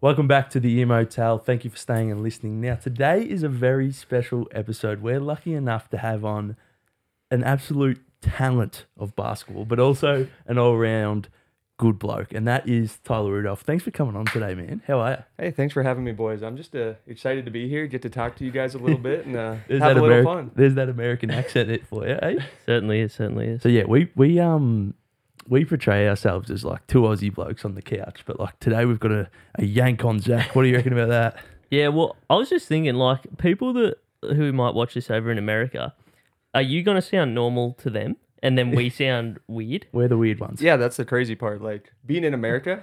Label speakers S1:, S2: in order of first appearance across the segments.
S1: Welcome back to the Emo Tale. Thank you for staying and listening. Now, today is a very special episode. We're lucky enough to have on an absolute talent of basketball, but also an all round good bloke, and that is Tyler Rudolph. Thanks for coming on today, man. How are you?
S2: Hey, thanks for having me, boys. I'm just uh, excited to be here, get to talk to you guys a little bit, and uh,
S1: There's
S2: have
S1: that
S2: a little
S1: Ameri-
S2: fun.
S1: There's that American accent it for you, eh?
S3: Certainly is. Certainly is.
S1: So yeah, we we um we portray ourselves as like two Aussie blokes on the couch, but like today we've got a, a yank on Zach. What do you reckon about that?
S3: Yeah. Well, I was just thinking, like people that who might watch this over in America, are you going to sound normal to them, and then we sound weird?
S1: We're the weird ones.
S2: Yeah, that's the crazy part. Like being in America,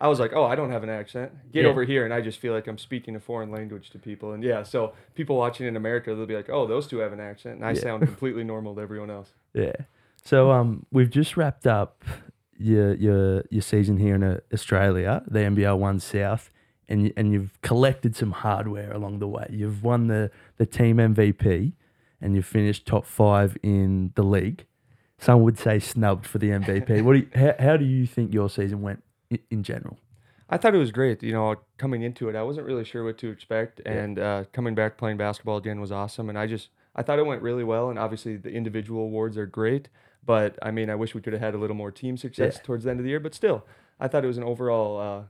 S2: I was like, oh, I don't have an accent. Get
S3: Yeah.
S2: over here, and I just feel like I'm speaking a foreign language to people. And yeah, so people watching in America, they'll be like, oh, those two have an accent, and I sound completely normal to everyone else.
S1: Yeah. So um, we've just wrapped up your your your season here in uh, Australia, the NBL One South, and you- and you've collected some hardware along the way. You've won the the team MVP, and you've finished top five in the league. Some would say snubbed for the MVP. what do you, how, how do you think your season went in, in general?
S2: I thought it was great. You know, coming into it, I wasn't really sure what to expect, and uh, coming back playing basketball again was awesome. And I just, I thought it went really well. And obviously, the individual awards are great, but I mean, I wish we could have had a little more team success towards the end of the year. But still, I thought it was an overall uh,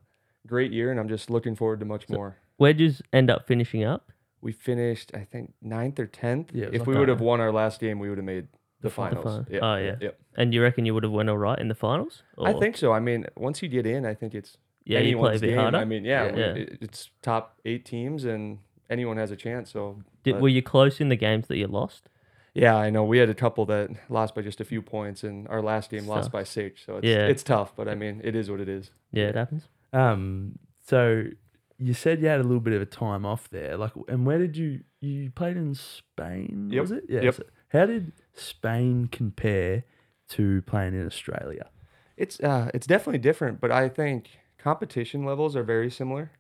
S2: great year, and I'm just looking forward to much more.
S3: Where'd you end up finishing up?
S2: We finished, I think, ninth or tenth.
S1: Yeah, it was
S2: if
S1: like
S2: we
S1: that,
S2: would have
S1: yeah.
S2: won our last game, we would have made the,
S1: fin-
S3: the
S2: finals.
S3: fin- oh, yeah. Oh.
S2: Yep.
S3: And you reckon you would have went all right in the finals?
S2: I
S3: Or-
S2: think so. I mean, once you get in, I think it's
S3: Yeah, you play a
S2: anyone's
S3: bit
S2: game.
S3: harder.
S2: I mean, yeah,
S3: Yeah.
S2: we-
S3: Yeah.
S2: it- it's top eight teams, and anyone has a chance. So,
S3: Did,
S2: but-
S3: were you close in the games that you lost?
S2: yeah, I know we had a couple that lost by just a few points, and our last game
S3: Sucks.
S2: lost by six. So it's
S3: Yeah.
S2: it's tough, but I mean, it is what it is.
S3: Yeah, it happens.
S1: Um, so you said you had a little bit of a time off there, like, and where did you you played in Spain?
S2: Yep,
S1: Was it? Yeah.
S2: yep.
S1: so how did Spain compare to playing in Australia?
S2: It's uh, it's definitely different, but I think competition levels are very similar.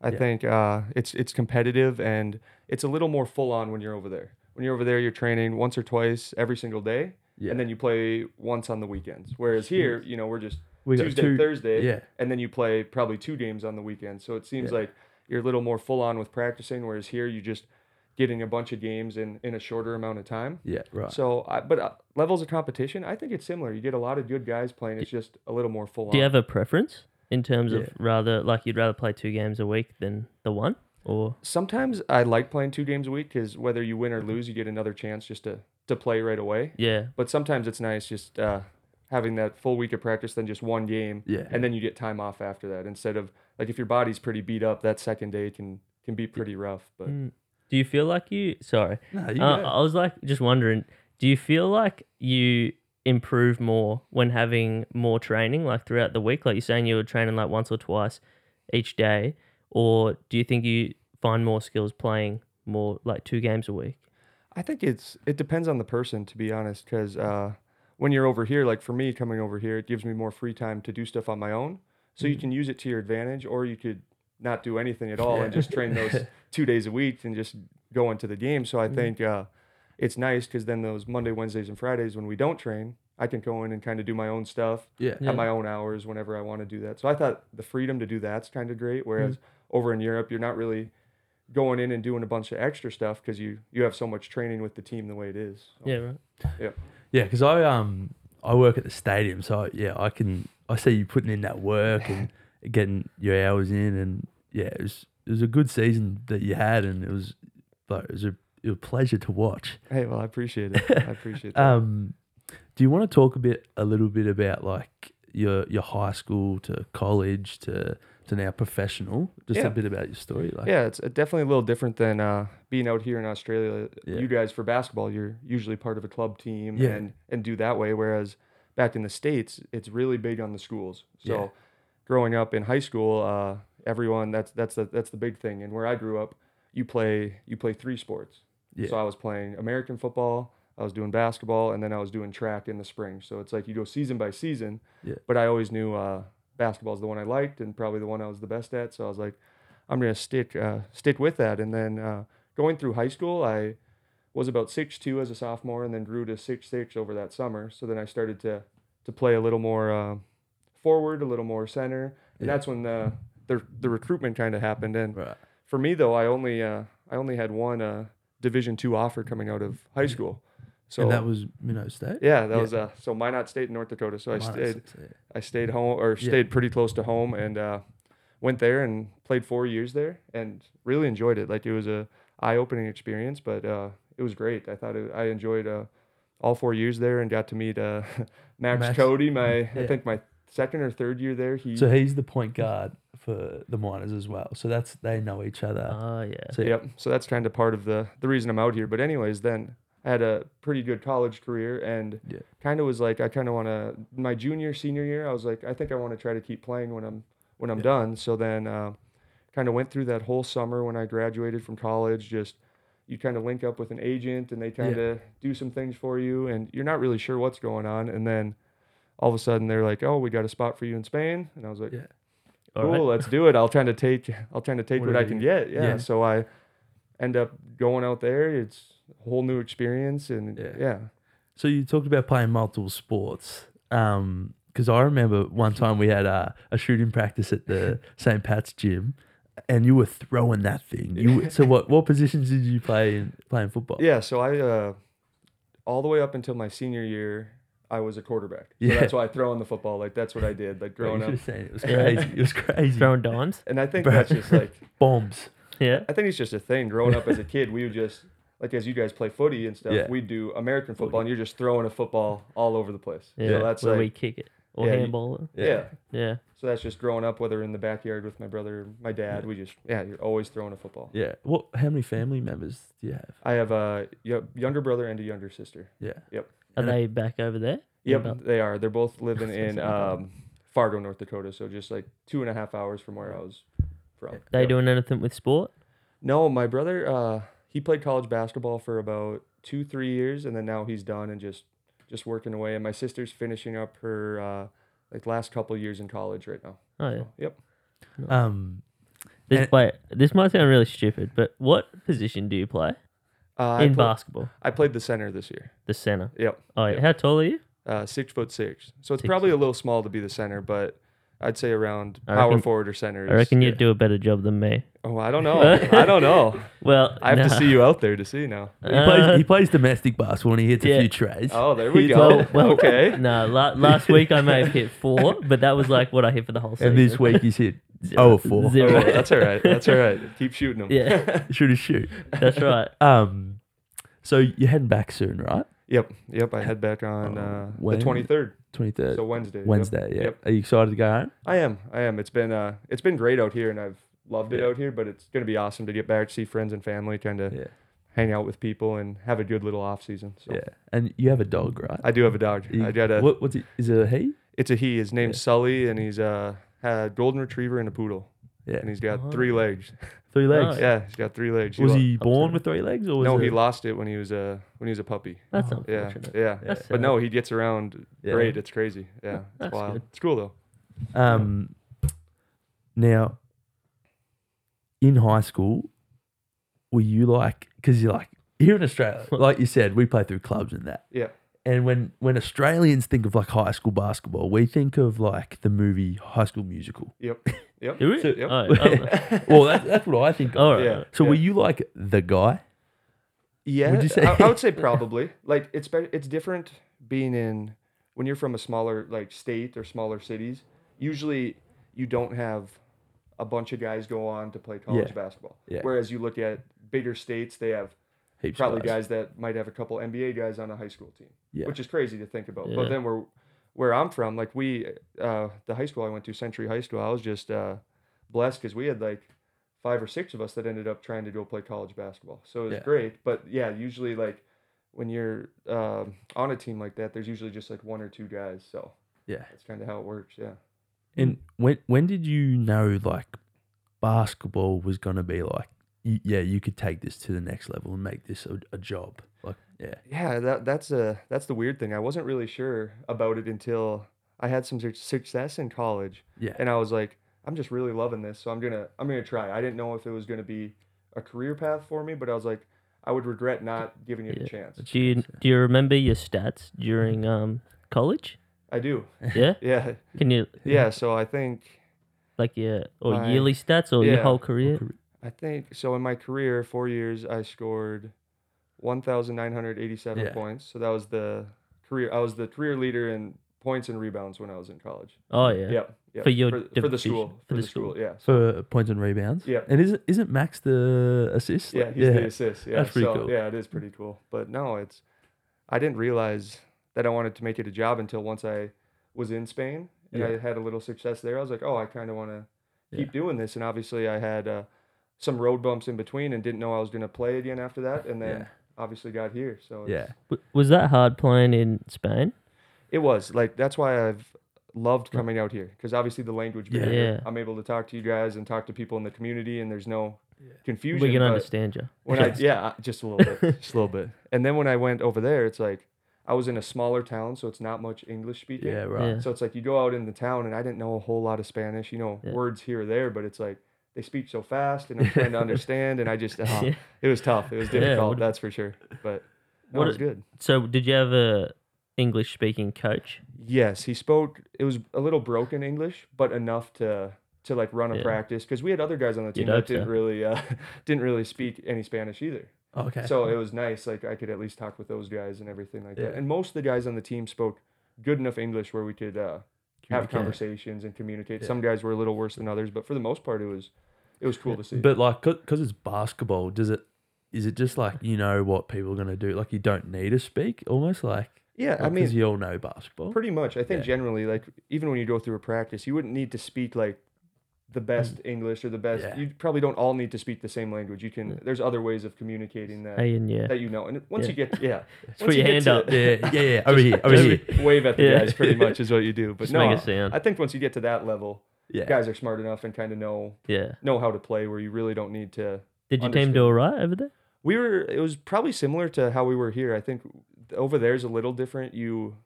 S2: I
S1: Yeah.
S2: think uh, it's it's competitive and it's a little more full on when you're over there. When you're over there, you're training once or twice every single day,
S1: Yeah.
S2: and then you play once on the weekends. Whereas here, you know, we're just
S1: We got
S2: Tuesday,
S1: two-
S2: Thursday,
S1: yeah.
S2: and then you play probably two games on the weekend. So it seems
S1: Yeah.
S2: like you're a little more full on with practicing, whereas here you just getting a bunch of games in in a shorter amount of time.
S1: Yeah. Right.
S2: So, I, but uh, levels of competition, I think it's similar. You get a lot of good guys playing. It's just a little more full on.
S3: Do you have a preference in terms
S1: Yeah.
S3: of rather like you'd rather play two games a week than the one? Or
S2: Sometimes I like playing two games a week because whether you win or lose, you get another chance just to to play right away.
S3: yeah,
S2: But sometimes it's nice just uh, having that full week of practice, then just one game,
S1: Yeah.
S2: and then you get time off after that. Instead of like if your body's pretty beat up, that second day can can be pretty rough. But
S3: Mm. do you feel like you? Sorry,
S1: no, you
S3: Uh,
S1: go.
S3: I was like just wondering, do you feel like you improve more when having more training like throughout the week? Like you're saying you were training like once or twice each day, or do you think you find more skills playing more like two games a week?
S2: I think it's it depends on the person to be honest, because uh, when you're over here, like for me coming over here, it gives me more free time to do stuff on my own. So you can use it to your advantage, or you could not do anything at all and just train those two days a week and just go into the game. So I think uh, it's nice because then those Monday, Wednesdays, and Fridays when we don't train, I can go in and kind of do my own stuff
S1: yeah.
S3: Yeah.
S2: have my own hours whenever I want to do that. So I thought the freedom to do that's kind of great. Whereas
S3: Mm.
S2: over in Europe, you're not really going in and doing a bunch of extra stuff because you you have so much training with the team the way it is. So,
S3: Yeah, right.
S1: Yeah, because I um I work at the stadium, so yeah, I can I see you putting in that work and getting your hours in, and yeah, it was it was a good season that you had, and it was like it was a, it was a pleasure to watch.
S2: Hey, well, I appreciate it. I appreciate that.
S1: Um, do you want to talk a bit, a little bit about like your your high school to college to to now professional? Just
S2: Yeah.
S1: a bit about your story, like
S2: yeah, it's uh, definitely a little different than uh, being out here in Australia.
S1: Yeah.
S2: You guys for basketball, you're usually part of a club team
S1: Yeah.
S2: and and do that way. Whereas back in the states, it's really big on the schools. So
S1: Yeah.
S2: growing up in high school, uh, everyone that's that's the that's the big thing. And where I grew up, you play you play three sports.
S1: Yeah.
S2: So I was playing American football. I was doing basketball, and then I was doing track in the spring. So it's like you go season by season.
S1: Yeah.
S2: But I always knew uh, basketball is the one I liked and probably the one I was the best at. So I was like, I'm gonna stick uh, stick with that. And then uh, going through high school, I was about six two as a sophomore, and then grew to six six over that summer. So then I started to to play a little more uh, forward, a little more center, and
S1: Yeah.
S2: that's when the the the recruitment kind of happened. And
S1: Right.
S2: for me though, I only uh, I only had one uh, Division two offer coming out of high school.
S1: Mm.
S2: So
S1: and that was Minot State.
S2: yeah, that
S1: yeah.
S2: was uh, so Minot State in North Dakota. So I
S1: Minot
S2: stayed
S1: State.
S2: I stayed home or
S1: Yeah.
S2: stayed pretty close to home and uh, went there and played four years there and really enjoyed it. Like it was a eye opening experience, but uh, it was great. I thought it, I enjoyed uh, all four years there and got to meet uh, Max,
S1: Max.
S2: Cody. My
S1: Yeah.
S2: I think my second or third year there. He
S1: So he's the point guard for the Miners as well. So that's they know each
S2: Uh-huh.
S1: other.
S3: Oh yeah.
S1: So
S2: Yep. So that's kind of part of the the reason I'm out here. But anyways, then I had a pretty good college career and
S1: Yeah.
S2: kind of was like I kind of want to my junior senior year. I was like I think I want to try to keep playing when I'm when I'm done. So then uh, kind of went through that whole summer when I graduated from college. Just you kind of link up with an agent and they kind of do some things for you and you're not really sure what's going on. And then all of a sudden they're like, oh, we got a spot for you in Spain. And I was like,
S1: Yeah.
S3: All
S2: cool,
S3: right.
S2: let's do it. I'll try to take I'll try to take what, I
S1: Whatever
S2: can
S1: you-
S2: get. Yeah.
S1: yeah.
S2: So I end up going out there. It's a whole new experience and yeah.
S1: Yeah. So you talked about playing multiple sports. Um, because I remember one time we had a, a shooting practice at the St. Pat's gym, and you were throwing that thing. You were- so what what positions did you play in playing football?
S2: Yeah, so I uh all the way up until my senior year, I was a quarterback. So
S1: Yeah.
S2: that's why I throw in the football. Like that's what I did like growing up.
S1: It was crazy. It was crazy.
S3: Throwing dimes.
S2: And I think
S1: Bro.
S2: that's just like
S1: Bombs.
S3: Yeah.
S2: I think it's just a thing. Growing up as a kid, we would just like as you guys play footy and stuff,
S1: Yeah.
S2: we do American football and you're just throwing a football all over the place.
S3: Yeah.
S2: So that's
S3: where
S2: like
S3: we kick it or
S2: Yeah, you-
S3: handball. it.
S2: yeah.
S3: Yeah.
S2: So that's just growing up, whether in the backyard with my brother, my dad, we just yeah, you're always throwing a football.
S1: Yeah. What? How many family members do you have?
S2: I have a y- younger brother and a younger sister.
S1: Yeah.
S3: Are
S1: And I-
S3: they back over there?
S2: Yep,
S3: About-
S2: they are. They're both living
S1: Sounds
S2: in
S1: like
S2: um, Fargo, North Dakota. So just like two and a half hours from where I was from.
S3: They
S2: Yep.
S3: doing anything with sport?
S2: No, my brother, uh, he played college basketball for about two, three years, and then now he's done and just just working away. And my sister's finishing up her uh, like last couple years in college right now.
S3: Oh yeah.
S2: So, yep.
S1: Um.
S3: This,
S1: And-
S3: wait, this might sound really stupid, but what position do you play
S2: Uh, I,
S3: in
S2: pla-
S3: basketball?
S2: I played the center this year.
S3: The center.
S2: Yep.
S3: Oh, yeah.
S2: Yeah.
S3: how tall are you?
S2: uh, six foot six. So it's
S3: Six
S2: probably a little small to be the center, but I'd say around
S3: I
S2: power
S3: reckon-
S2: forward or center. Is,
S3: I reckon
S1: yeah.
S3: you'd do a better job than me.
S2: Oh, I don't know. I don't know.
S3: Well,
S2: I have to
S3: nah.
S2: see you out there to see now.
S1: He
S3: Uh,
S1: plays. He plays domestic basketball and he hits
S3: yeah.
S1: a few trays.
S2: Oh, there we
S1: He's
S2: go.
S1: like-
S3: well,
S2: okay.
S3: No, la- last week I may have hit four, but that was like what I hit for the whole season.
S1: and this week he's hit oh four.
S2: Oh,
S3: Zero.
S2: well, that's all right. That's all right. Keep shooting them.
S3: Yeah,
S1: Shoot a shoot.
S3: that's right.
S1: Um. So you're heading back soon, right?
S2: Yep. Yep. I head back on
S1: Oh,
S2: uh,
S1: when-
S2: the twenty third,
S1: Twenty third.
S2: so Wednesday. yep.
S1: Wednesday. Yeah.
S2: Yep.
S1: Are you excited to go home?
S2: I am. I am. It's been uh, it's been great out here, and I've loved it
S1: Yeah.
S2: out here. But it's gonna be awesome to get back, see friends and family, kind of
S1: Yeah.
S2: hang out with people, and have a good little off season. So
S1: Yeah. And you have a dog, right?
S2: I do have a dog.
S1: You-
S2: I got a
S1: What, what's it? Is it a he?
S2: It's a he. His name's
S1: Yeah.
S2: Sully, and he's uh, had a golden retriever and a poodle,
S1: Yeah.
S2: and he's got
S3: Oh.
S2: three legs.
S1: Three legs.
S3: Nice.
S2: Yeah, he's got three legs.
S1: Was
S2: lo-
S1: he
S3: Up to
S1: born
S3: it.
S1: with three legs, or was
S2: No,
S1: it,
S2: he lost it when he was a when he was a puppy.
S3: That's
S1: Oh,
S2: Yeah,
S3: unfortunate.
S2: yeah.
S1: Yeah.
S3: That's
S2: But
S3: sad.
S2: no, he gets around
S1: Yeah.
S2: great. It's crazy. Yeah,
S3: That's
S2: it's wild.
S3: good.
S2: It's cool though.
S1: Um, now, in high school, were you like, because you're like, here in Australia, like you said, we play through clubs and that.
S2: Yeah.
S1: And when, when Australians think of like high school basketball, we think of like the movie High School Musical.
S2: Yep. Yep.
S3: Do we?
S2: So- yep.
S1: Uh,
S3: Oh, oh,
S1: Well, that, that's what I think of.
S3: all right.
S2: Yeah.
S1: So
S2: yeah.
S1: were you like the guy?
S2: Yeah,
S1: Would you say-
S2: I, I would say probably. Like it's be- it's different being in when you're from a smaller like state or smaller cities. Usually, you don't have a bunch of guys go on to play college
S1: Yeah.
S2: basketball.
S1: Yeah.
S2: Whereas you look at bigger states, they have
S1: Heaps of
S2: probably guys that might have a couple NBA guys on a high school team,
S1: Yeah.
S2: which is crazy to think about.
S3: Yeah.
S2: But then we're where I'm from, like we, uh, the high school I went to, Century High School, I was just uh, blessed because we had like five or six of us that ended up trying to go play college basketball. So it was
S1: Yeah.
S2: great. But yeah, usually like when you're um, on a team like that, there's usually just like one or two guys. So
S1: Yeah.
S2: that's kind of how it works. Yeah. Mm.
S1: And when when did you know like basketball was gonna be like y- yeah you could take this to the next level and make this a, a job like yeah
S2: Yeah, that that's a that's the weird thing. I wasn't really sure about it until I had some suc- success in college.
S1: yeah
S2: and I was like, I'm just really loving this, so I'm gonna I'm gonna try. I didn't know if it was gonna be a career path for me, but I was like, I would regret not giving it
S3: Yeah.
S2: a chance.
S3: Do you do you remember your stats during um college?
S2: I do.
S3: Yeah.
S2: Yeah,
S3: Can you?
S2: yeah. So I think
S3: like your or
S2: My-
S3: yearly stats or your
S2: yeah.
S3: whole career?
S2: I think so. In my career, four years, I scored one thousand nine hundred eighty-seven
S1: Yeah.
S2: points. So that was the career. I was the career leader in points and rebounds when I was in college.
S3: Oh yeah.
S2: Yep. yep.
S3: For your
S2: for, the
S3: division-
S2: school for the school. Yeah.
S1: for points and rebounds.
S2: Yeah.
S1: And isn't isn't Max the assist?
S2: Yeah,
S1: Like,
S2: he's the assist. Yeah,
S1: That's pretty
S2: so,
S1: cool.
S2: Yeah, it is pretty cool. But no, it's I didn't realize that I wanted to make it a job until once I was in Spain and
S1: Yeah.
S2: I had a little success there. I was like, oh, I kind of want to keep
S1: Yeah.
S2: doing this. And obviously, I had uh, some road bumps in between and didn't know I was going to play again after that. And then
S1: Yeah.
S2: obviously got here. So it's-
S1: yeah.
S3: W- Was that hard playing in Spain?
S2: it was like that's why I've loved coming out here because obviously the language
S1: Yeah.
S2: barrier.
S3: Yeah.
S2: I'm able to talk to you guys and talk to people in the community, and there's no confusion.
S3: we can
S2: but-
S3: understand you.
S2: when I yeah, I- just a little bit, just a little bit. And then when I went over there, it's like I was in a smaller town, so it's not much English speaking.
S1: Yeah, right.
S3: Yeah.
S2: So it's like you go out in the town, and I didn't know a whole lot of Spanish. You know,
S3: Yeah.
S2: words here or there, but it's like they speak so fast, and I'm trying to understand. And I just, uh,
S3: Yeah.
S2: it was tough. It was
S3: Yeah,
S2: difficult,
S3: what-
S2: that's for sure. But that
S3: What
S2: was
S3: a-
S2: good.
S3: So did you have a English speaking coach?
S2: Yes, he spoke. It was a little broken English, but enough to to like run a
S3: Yeah.
S2: practice because we had other guys on the team
S3: hope
S2: that
S3: so.
S2: didn't really uh, didn't really speak any Spanish either.
S1: Okay.
S2: So uh, it was nice. Like I could at least talk with those guys and everything like that.
S1: Yeah.
S2: And most of the guys on the team spoke good enough English where we could uh, have
S1: Communicate.
S2: conversations and communicate.
S1: Yeah.
S2: Some guys were a little worse than others, but for the most part, it was it was cool to see.
S1: But like, because it's basketball, does it? Is it just like you know what people are gonna do? Like you don't need to speak, almost like.
S2: yeah, I
S1: like, 'cause
S2: mean,
S1: you all know basketball.
S2: pretty much. I think
S1: Yeah.
S2: generally, like even when you go through a practice, you wouldn't need to speak like the best English or the best.
S1: Mm. Yeah.
S2: You probably don't all need to speak the same language. You can. There's other ways of communicating that
S3: Hey, and yeah.
S2: that you know. And once
S3: Yeah.
S2: you get yeah,
S3: Just
S2: once
S3: put your
S2: get
S3: hand
S2: to-
S3: up.
S1: yeah, yeah, yeah. Over here, over
S3: just-
S1: here.
S2: wave at the
S3: Yeah.
S2: guys pretty much is what you do. But
S3: Just
S2: no,
S3: make a sound.
S2: I think once you get to that level,
S1: Yeah.
S2: guys are smart enough and kind of know
S3: Yeah.
S2: know how to play where you really don't need to.
S3: Did your team do all right over there?
S2: We were it was probably similar to how we were here. I think over there is a little different. You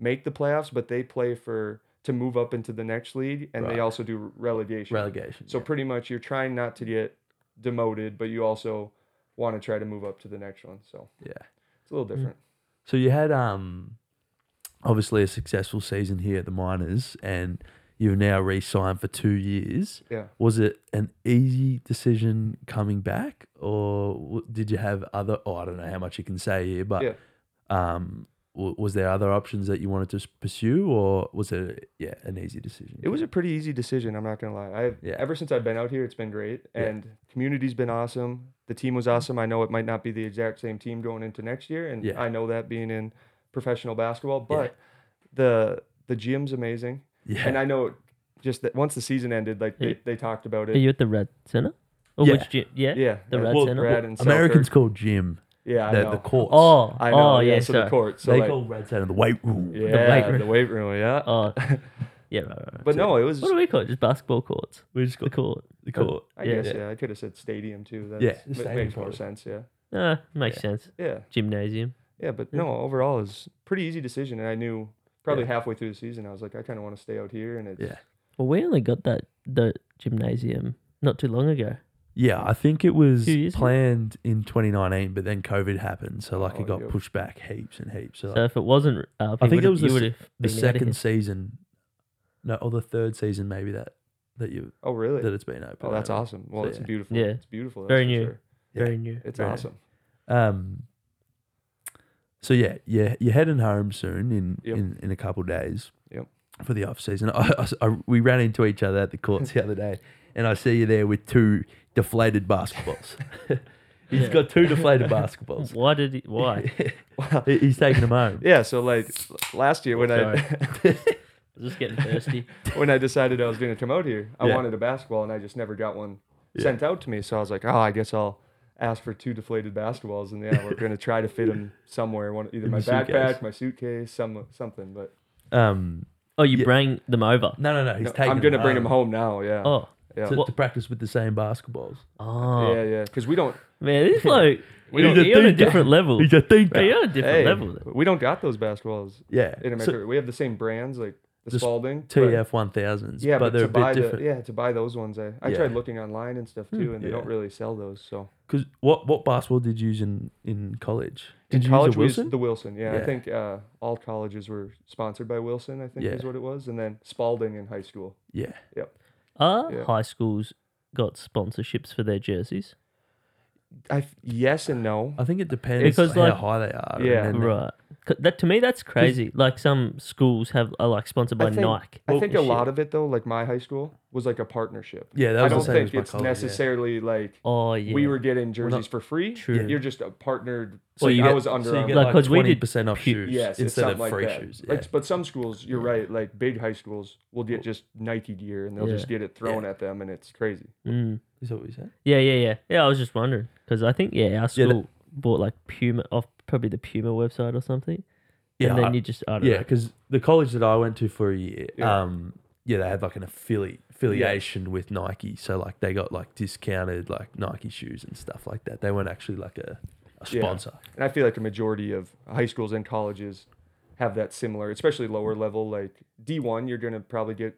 S2: make the playoffs, but they play for to move up into the next league, and
S1: Right.
S2: they also do relegation.
S1: Relegation.
S2: So pretty much you're trying not to get demoted, but you also want to try to move up to the next one. So
S1: yeah.
S2: it's a
S3: Mm.
S2: little different.
S1: So you had um, obviously a successful season here at the Miners, and you've now re-signed for two years.
S2: Yeah.
S1: Was it an easy decision coming back, or w- did you have other? Oh, I don't know how much you can say here, but
S2: Yeah.
S1: um, w- was there other options that you wanted to s- pursue, or was it yeah an easy decision?
S2: It was a pretty easy decision. I'm not gonna lie. I
S1: Yeah.
S2: ever since I've been out here, it's been great,
S1: Yeah.
S2: and community's been awesome. The team was awesome. I know it might not be the exact same team going into next year, and
S1: Yeah.
S2: I know that being in professional basketball.
S1: Yeah.
S2: But the the gym's amazing,
S1: yeah.
S2: and I know just that once the season ended, like
S3: Yeah.
S2: they, they talked about
S3: Are
S2: it.
S3: you at the Red Center? Or
S1: Yeah.
S3: which gym? Yeah.
S2: yeah,
S3: The
S2: uh,
S3: Rad
S1: Well,
S3: Center.
S2: Rad and
S1: Americans
S2: Selkirk.
S1: call gym
S2: Yeah, I
S1: the,
S2: know.
S1: the courts.
S3: Oh.
S2: I know.
S3: oh yeah.
S2: so
S3: sorry.
S2: the court. So
S1: they
S2: like,
S1: call red center the weight room.
S2: yeah,
S3: weight room.
S2: the weight room. Yeah.
S3: Oh. Yeah. Right, right, right.
S2: but no, it was.
S3: What do we call it? Just basketball courts.
S1: We just
S3: The
S1: got
S3: court.
S1: the court.
S2: I
S3: yeah,
S2: guess
S3: yeah.
S2: yeah. I could have said stadium too. That's,
S1: Yeah, the
S2: ma-
S1: stadium
S2: makes more
S1: probably.
S2: sense. Yeah.
S3: Uh, makes sense.
S2: Yeah.
S3: Gymnasium.
S2: Yeah, but
S3: Yeah.
S2: no, overall it's pretty easy decision. And I knew probably
S1: Yeah.
S2: halfway through the season, I was like, I kind of want to stay out here. And it's
S1: Yeah.
S3: Well, we only got that the gymnasium not too long ago.
S1: Yeah, I think it was
S3: Two years ago?
S1: planned in 2019, but then COVID happened, so like
S2: Oh,
S1: it got
S2: yeah.
S1: pushed back heaps and heaps. So,
S3: So
S1: like,
S3: if it wasn't, uh,
S1: I think it
S3: would've-
S1: was
S3: you
S1: the
S3: would've
S1: the
S3: been outta here.
S1: second season, no, or the third season maybe that that you
S2: oh, really?
S1: that it's been open.
S2: oh, that's
S1: over.
S2: awesome. Well,
S1: So,
S2: it's
S1: yeah.
S2: beautiful.
S3: Yeah.
S2: It's beautiful. that's
S3: Very
S2: for
S3: new.
S2: sure.
S1: Yeah.
S3: Very new.
S2: It's
S1: Very new.
S2: awesome.
S1: Um. So yeah, yeah, you're heading home soon in
S2: Yep.
S1: in, in a couple days.
S2: Yep.
S1: For the off season, I, I- I- we ran into each other at the courts the other day, and I see you there with two deflated basketballs. He's
S3: Yeah.
S1: got two deflated basketballs.
S3: Why did he? Why?
S2: Wow.
S1: He- He's taking them home.
S2: Yeah. So like l- last year when I
S3: I was just getting thirsty.
S2: when I decided I was going to come out here, I
S1: Yeah.
S2: wanted a basketball, and I just never got one
S1: Yeah.
S2: sent out to me. So I was like, oh, I guess I'll ask for two deflated basketballs, and yeah, we're going to try to fit them somewhere, one either
S1: In
S2: my
S1: the suitcase.
S2: backpack, my suitcase, some something. But
S1: Um,
S3: Oh, you
S1: Yeah.
S3: bring them over.
S1: no, no, no. He's
S2: no,
S1: taking. Uh-huh.
S2: I'm going to bring them home now. Yeah.
S3: Oh,
S2: yeah.
S1: to,
S3: What-
S1: to practice with the same basketballs.
S3: oh,
S2: Yeah, yeah. Because we don't.
S3: man, this bloke.
S2: We
S3: you're
S1: don't-
S3: you're on a
S1: He's a
S3: different level.
S1: He's a thinker.
S3: Bro, you're on a different
S2: Hey,
S3: level.
S2: we don't got those basketballs
S1: Yeah.
S2: in
S1: So,
S2: America. we have the same brands, like the
S1: Just
S2: Spalding. but-
S1: TF one thousands.
S2: yeah, but,
S1: they're
S2: to
S1: a bit
S2: buy
S1: different.
S2: the yeah to buy those ones, I,
S1: Yeah.
S2: I
S1: Hmm,
S2: tried looking online and stuff too, and they don't
S1: yeah.
S2: really sell those. So
S1: Because what what basketball did you use in in college?
S2: in
S1: Did you
S2: college,
S1: use a
S2: we used
S1: Wilson?
S2: the Wilson. Yeah,
S1: Yeah.
S2: I think uh, all colleges were sponsored by Wilson. I think
S1: Yeah.
S2: is what it was, and then Spalding in high school.
S1: yeah.
S3: Are
S2: Yeah.
S3: high schools got sponsorships for their jerseys?
S2: I th- yes and no.
S1: I think it depends
S3: Because,
S1: how
S3: like-
S1: high they are.
S2: Yeah.
S1: and then-
S3: Right. 'Cause That to me, that's crazy. Like some schools have are like sponsored by
S2: I think,
S3: Nike.
S2: I think a
S3: and shit.
S2: lot of it though, like my high school was like a partnership.
S1: Yeah, that
S2: I
S1: was
S2: don't
S1: the same
S2: think
S1: as my
S2: it's
S1: college, yeah.
S2: necessarily like
S3: Oh yeah.
S2: we were getting jerseys
S1: not-
S2: for free.
S3: True.
S2: You're just a partnered. So
S1: So you
S2: I
S1: get-
S2: was under.
S1: so you
S2: Armour.
S1: get
S3: Like,
S1: like
S3: 'cause we did
S1: 20% off
S3: pu-
S1: shoes
S2: yes, it's
S1: instead of
S2: something
S1: free
S2: like that.
S1: shoes. Yeah.
S2: Like, but some schools, you're right. Like big high schools will get just Nike gear and they'll
S3: Yeah.
S2: just get it thrown at them, and it's crazy.
S3: Mm.
S1: Is that what you said?
S3: Yeah, yeah, yeah. Yeah, I was just wondering because I think yeah, our
S1: Yeah,
S3: school
S1: that-
S3: bought like Puma off probably the Puma website or something.
S1: Yeah,
S3: And then
S1: I-
S3: you just I don't
S1: Yeah,
S3: know.
S1: because the college that I went to for a year,
S2: Yeah.
S1: yeah. um, yeah, they had like an affili- affiliation with Nike, so like they got like discounted like Nike shoes and stuff like that. They weren't actually like a, a
S2: Yeah.
S1: sponsor.
S2: And I feel like a majority of high schools and colleges have that similar, especially lower level. Like D1, you're going to probably get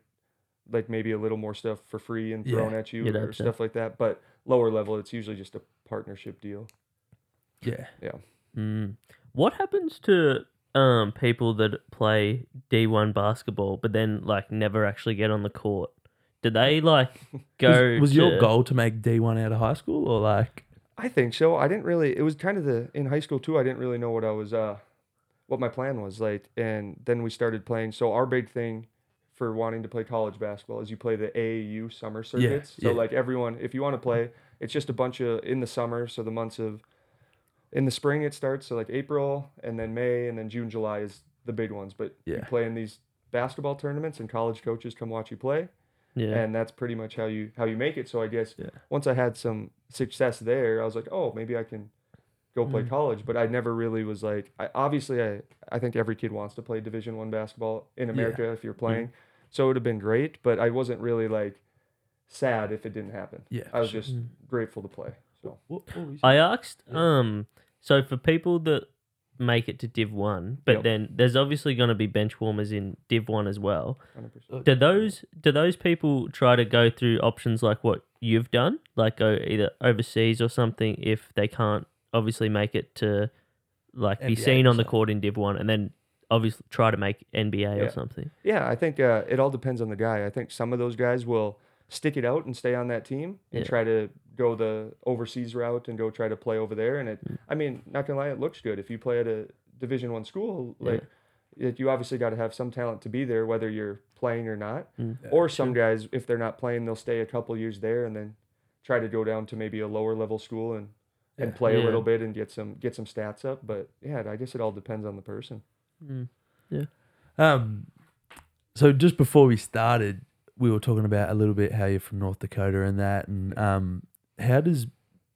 S2: like maybe a little more stuff for free and
S1: Yeah,
S2: thrown at you
S3: you'd hope
S2: or
S3: so.
S2: stuff like that. But lower level, it's usually just a partnership deal.
S1: Yeah,
S2: Yeah.
S3: Mm. What happens to um people that play D one basketball but then like never actually get on the court? Do they like go?
S1: was, was your
S3: to-
S1: goal to make D one out of high school or like?
S2: I think so. I didn't really, it was kind of the, in high school too, I didn't really know what I was, uh, what my plan was like. And then we started playing. So our big thing for wanting to play college basketball is you play the AAU summer circuits. so
S1: yeah.
S2: like everyone, if you want to play, it's just a bunch of in the summer. So the months of in the spring it starts. So like April and then May and then June, July is the big ones. But you
S1: Yeah.
S2: play in these basketball tournaments and college coaches come watch you play
S3: yeah.
S2: and that's pretty much how you how you make it. So I guess
S1: Yeah.
S2: once I had some success there, I was like, oh, maybe I can go
S1: Mm.
S2: play college. But I never really was like, I obviously I I think every kid wants to play Division One basketball in America if
S1: Mm-hmm.
S2: you're playing, so it would have been great. But I wasn't really like sad if it didn't happen.
S1: Yeah,
S2: I was
S1: sure. Mm.
S2: just grateful to play. So
S1: What, what were you
S3: I asked,
S1: Yeah.
S3: um, so for people that make it to Div One, but
S2: Yep.
S3: then there's obviously going to be bench warmers in Div One as well.
S2: 100%.
S3: Do those do those people try to go through options like what you've done, like go either overseas or something, if they can't obviously make it to like be
S1: NBA
S3: seen
S1: or
S3: on the
S1: something.
S3: court in Div One, and then obviously try to make NBA
S2: Yeah.
S3: or something?
S2: Yeah, I think uh, it all depends on the guy. I think some of those guys will stick it out and stay on that team and
S3: Yeah.
S2: try to go the overseas route and go try to play over there. And it,
S3: Mm.
S2: I mean, not gonna lie, it looks good if you play at a Division One school.
S3: Yeah.
S2: Like, it, you obviously got to have some talent to be there, whether you're playing or not.
S3: Mm.
S1: Yeah,
S2: or some guys, if they're not playing, they'll stay a couple years there and then try to go down to maybe a lower level school and. And
S1: Yeah.
S2: play a
S3: Yeah.
S2: little bit and get some get some stats up, but yeah, I guess it all depends on the person.
S1: Um, so just before we started, we were talking about a little bit how you're from North Dakota and that, and um, how does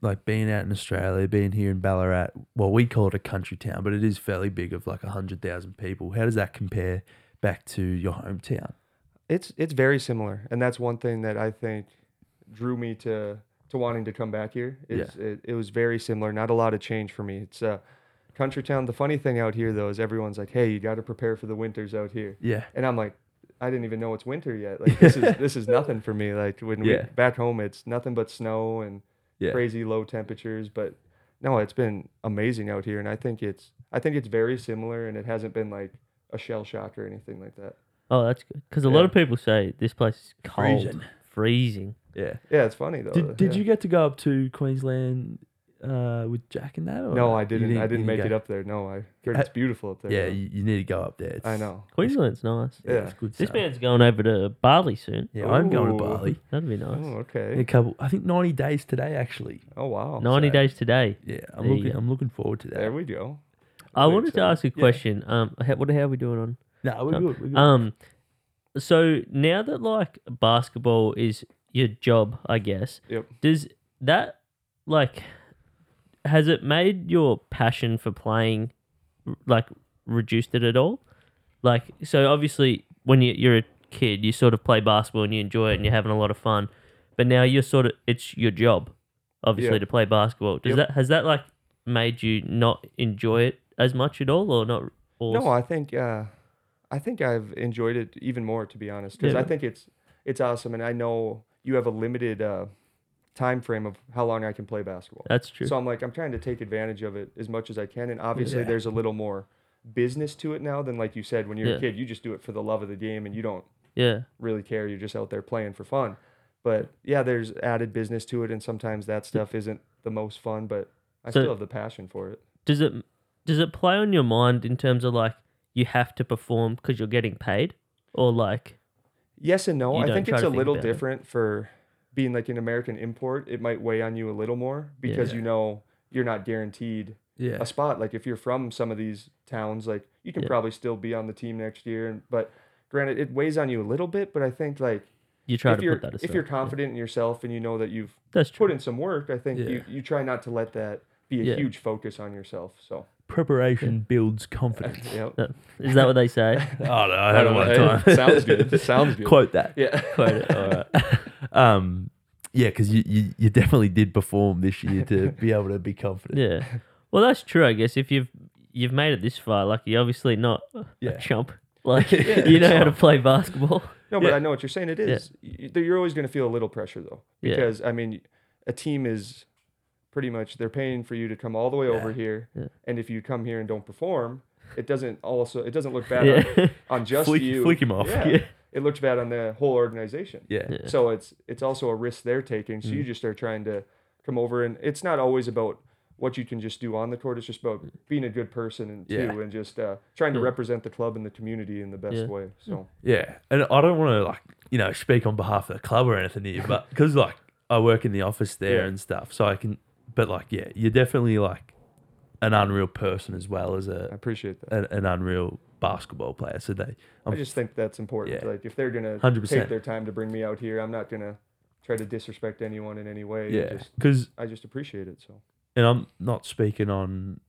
S1: like being out in Australia, being here in Ballarat, well, we call it a country town, but it is fairly big of like hundred thousand people. How does that compare back to your hometown?
S2: it's it's very similar and that's one thing that i think drew me to to wanting to come back here is it, it was very similar not a lot of change for me it's a country town the funny thing out here though is everyone's like hey you got to prepare for the winters out here
S1: Yeah,
S2: and i'm like i didn't even know it's winter yet like this is this is nothing for me like when we
S1: Yeah.
S2: back home it's nothing but snow and
S1: yeah,
S2: crazy low temperatures but no it's been amazing out here and i think it's i think it's very similar and it hasn't been like a shell shock or anything like that
S3: Oh, that's good because a lot
S2: Yeah.
S3: of people say this place is cold, freezing.
S1: Freezing. yeah.
S2: yeah it's funny though
S1: Did
S2: Uh, yeah.
S1: Did you get to go up to Queensland uh, with Jack and that? Or
S2: No, I
S1: you
S2: didn't. I didn't
S1: you
S2: make it
S1: go?
S2: up there. No, I heard
S1: Ha-
S2: it's beautiful up there.
S1: Yeah,
S2: though.
S1: you, you need to go up there. It's,
S2: I know.
S3: Queensland's nice.
S1: Yeah,
S2: Yeah.
S1: it's good.
S3: This
S1: stuff.
S3: man's going over to Bali soon.
S1: Yeah, I'm going
S2: Ooh.
S1: to Bali.
S3: That'd be nice.
S2: Oh,
S1: in a
S2: okay.
S1: couple. I think ninety days today, actually.
S2: Oh wow.
S3: 90
S1: so-
S3: days today.
S1: Yeah,
S3: There
S1: I'm
S3: you
S1: looking.
S3: go.
S1: I'm looking forward to that.
S2: There we go.
S3: I
S2: Very
S3: wanted to
S2: exciting.
S3: ask a question. Um, how, what how are we doing on?
S1: No, we're
S3: Tom.
S1: good. We're good.
S3: Um, so now that like basketball is your job, I guess.
S2: Yep.
S3: Does that like has it made your passion for playing r- like reduced it at all? Like, so obviously when you, you're a kid, you sort of play basketball and you enjoy it and you're having a lot of fun, but now you're sort of it's your job, obviously
S2: Yeah.
S3: to play basketball. Does
S2: Yep.
S3: that has that like made you not enjoy it as much at all, or not? Or
S2: No, I think uh, I think I've enjoyed it even more to be honest, because
S3: Yeah.
S2: I think it's it's awesome, and I know you have a limited uh, time frame of how long I can play basketball.
S3: that's true.
S2: So I'm like, I'm trying to take advantage of it as much as I can, and obviously
S1: Yeah.
S2: there's a little more business to it now than like you said when you're
S3: Yeah.
S2: a kid, you just do it for the love of the game, and you don't
S3: yeah.
S2: really care. You're just out there playing for fun. But yeah, there's added business to it, and sometimes that stuff isn't the most fun. But I
S3: So-
S2: still have the passion for it.
S3: Does it does it play on your mind in terms of like you have to perform because you're getting paid, or like
S2: Yes and no.
S3: You
S2: I
S3: don't
S2: think
S3: try
S2: it's
S3: to
S2: a
S3: think
S2: little
S3: about it.
S2: different for being like an American import. It might weigh on you a little more because
S1: Yeah.
S2: you know you're not guaranteed
S1: Yeah.
S2: a spot. Like if you're from some of these towns, like you can
S3: Yeah.
S2: probably still be on the team next year. And but granted, it weighs on you a little bit. But I think like
S3: you try
S2: if
S3: to
S2: you're
S3: put that aside?
S2: if you're
S3: Yeah.
S2: confident in yourself and you know that you've
S3: that's true.
S2: put in some work, I think you, you try not to let that be a
S1: Yeah.
S2: huge focus on yourself. So
S1: Preparation builds confidence.
S2: yeah,
S3: Uh, Is that what they say?
S1: oh no, I
S2: I
S1: had
S2: don't
S1: one
S2: know.
S1: time.
S2: Hey, sounds good. Sounds good.
S1: Quote that.
S2: yeah.
S3: Quote it. All right.
S1: Um, yeah, because you, you you definitely did perform this year to be able to be confident.
S3: Yeah. Well, that's true. I guess if you've you've made it this far, like you're obviously not
S1: Yeah.
S3: a chump. Like you know how to play basketball.
S2: No, but
S1: Yeah.
S2: I know what you're saying. It is. Y- y- You're always going to feel a little pressure though,
S3: Yeah.
S2: because I mean, a team is pretty much they're paying for you to come all the way over here,
S3: Yeah.
S2: and if you come here and don't perform, it doesn't also it doesn't
S1: Uh,
S2: look bad on,
S3: Yeah.
S2: on just
S1: Flick-
S2: you.
S1: flick him off.
S2: Yeah.
S3: Yeah.
S2: It looks bad on the whole organization.
S1: Yeah.
S3: Yeah. Mm-hmm.
S2: So it's it's also a risk they're taking. So you just are trying to come over, and it's not always about what you can just do on the court. It's just about being a good person and
S1: Yeah.
S2: too, and just uh, trying to
S3: Yeah.
S2: represent the club and the community in the best
S3: Yeah.
S2: way. So
S1: Yeah, and I don't want to like you know speak on behalf of the club or anything here, but because like I work in the office there
S2: Yeah.
S1: and stuff, so I can. But like, yeah, you're definitely like an unreal person as well as
S2: I
S1: a
S2: appreciate that.
S1: an, an unreal basketball player. So they,
S2: I
S3: Um,
S1: I'm,
S2: just think that's important.
S1: Yeah.
S2: Like if they're gonna
S1: 100%.
S2: take their time to bring me out here, I'm not gonna try to disrespect anyone in any way. I
S1: yeah,
S2: just-
S1: because
S2: I just appreciate it. So
S1: and I'm not speaking on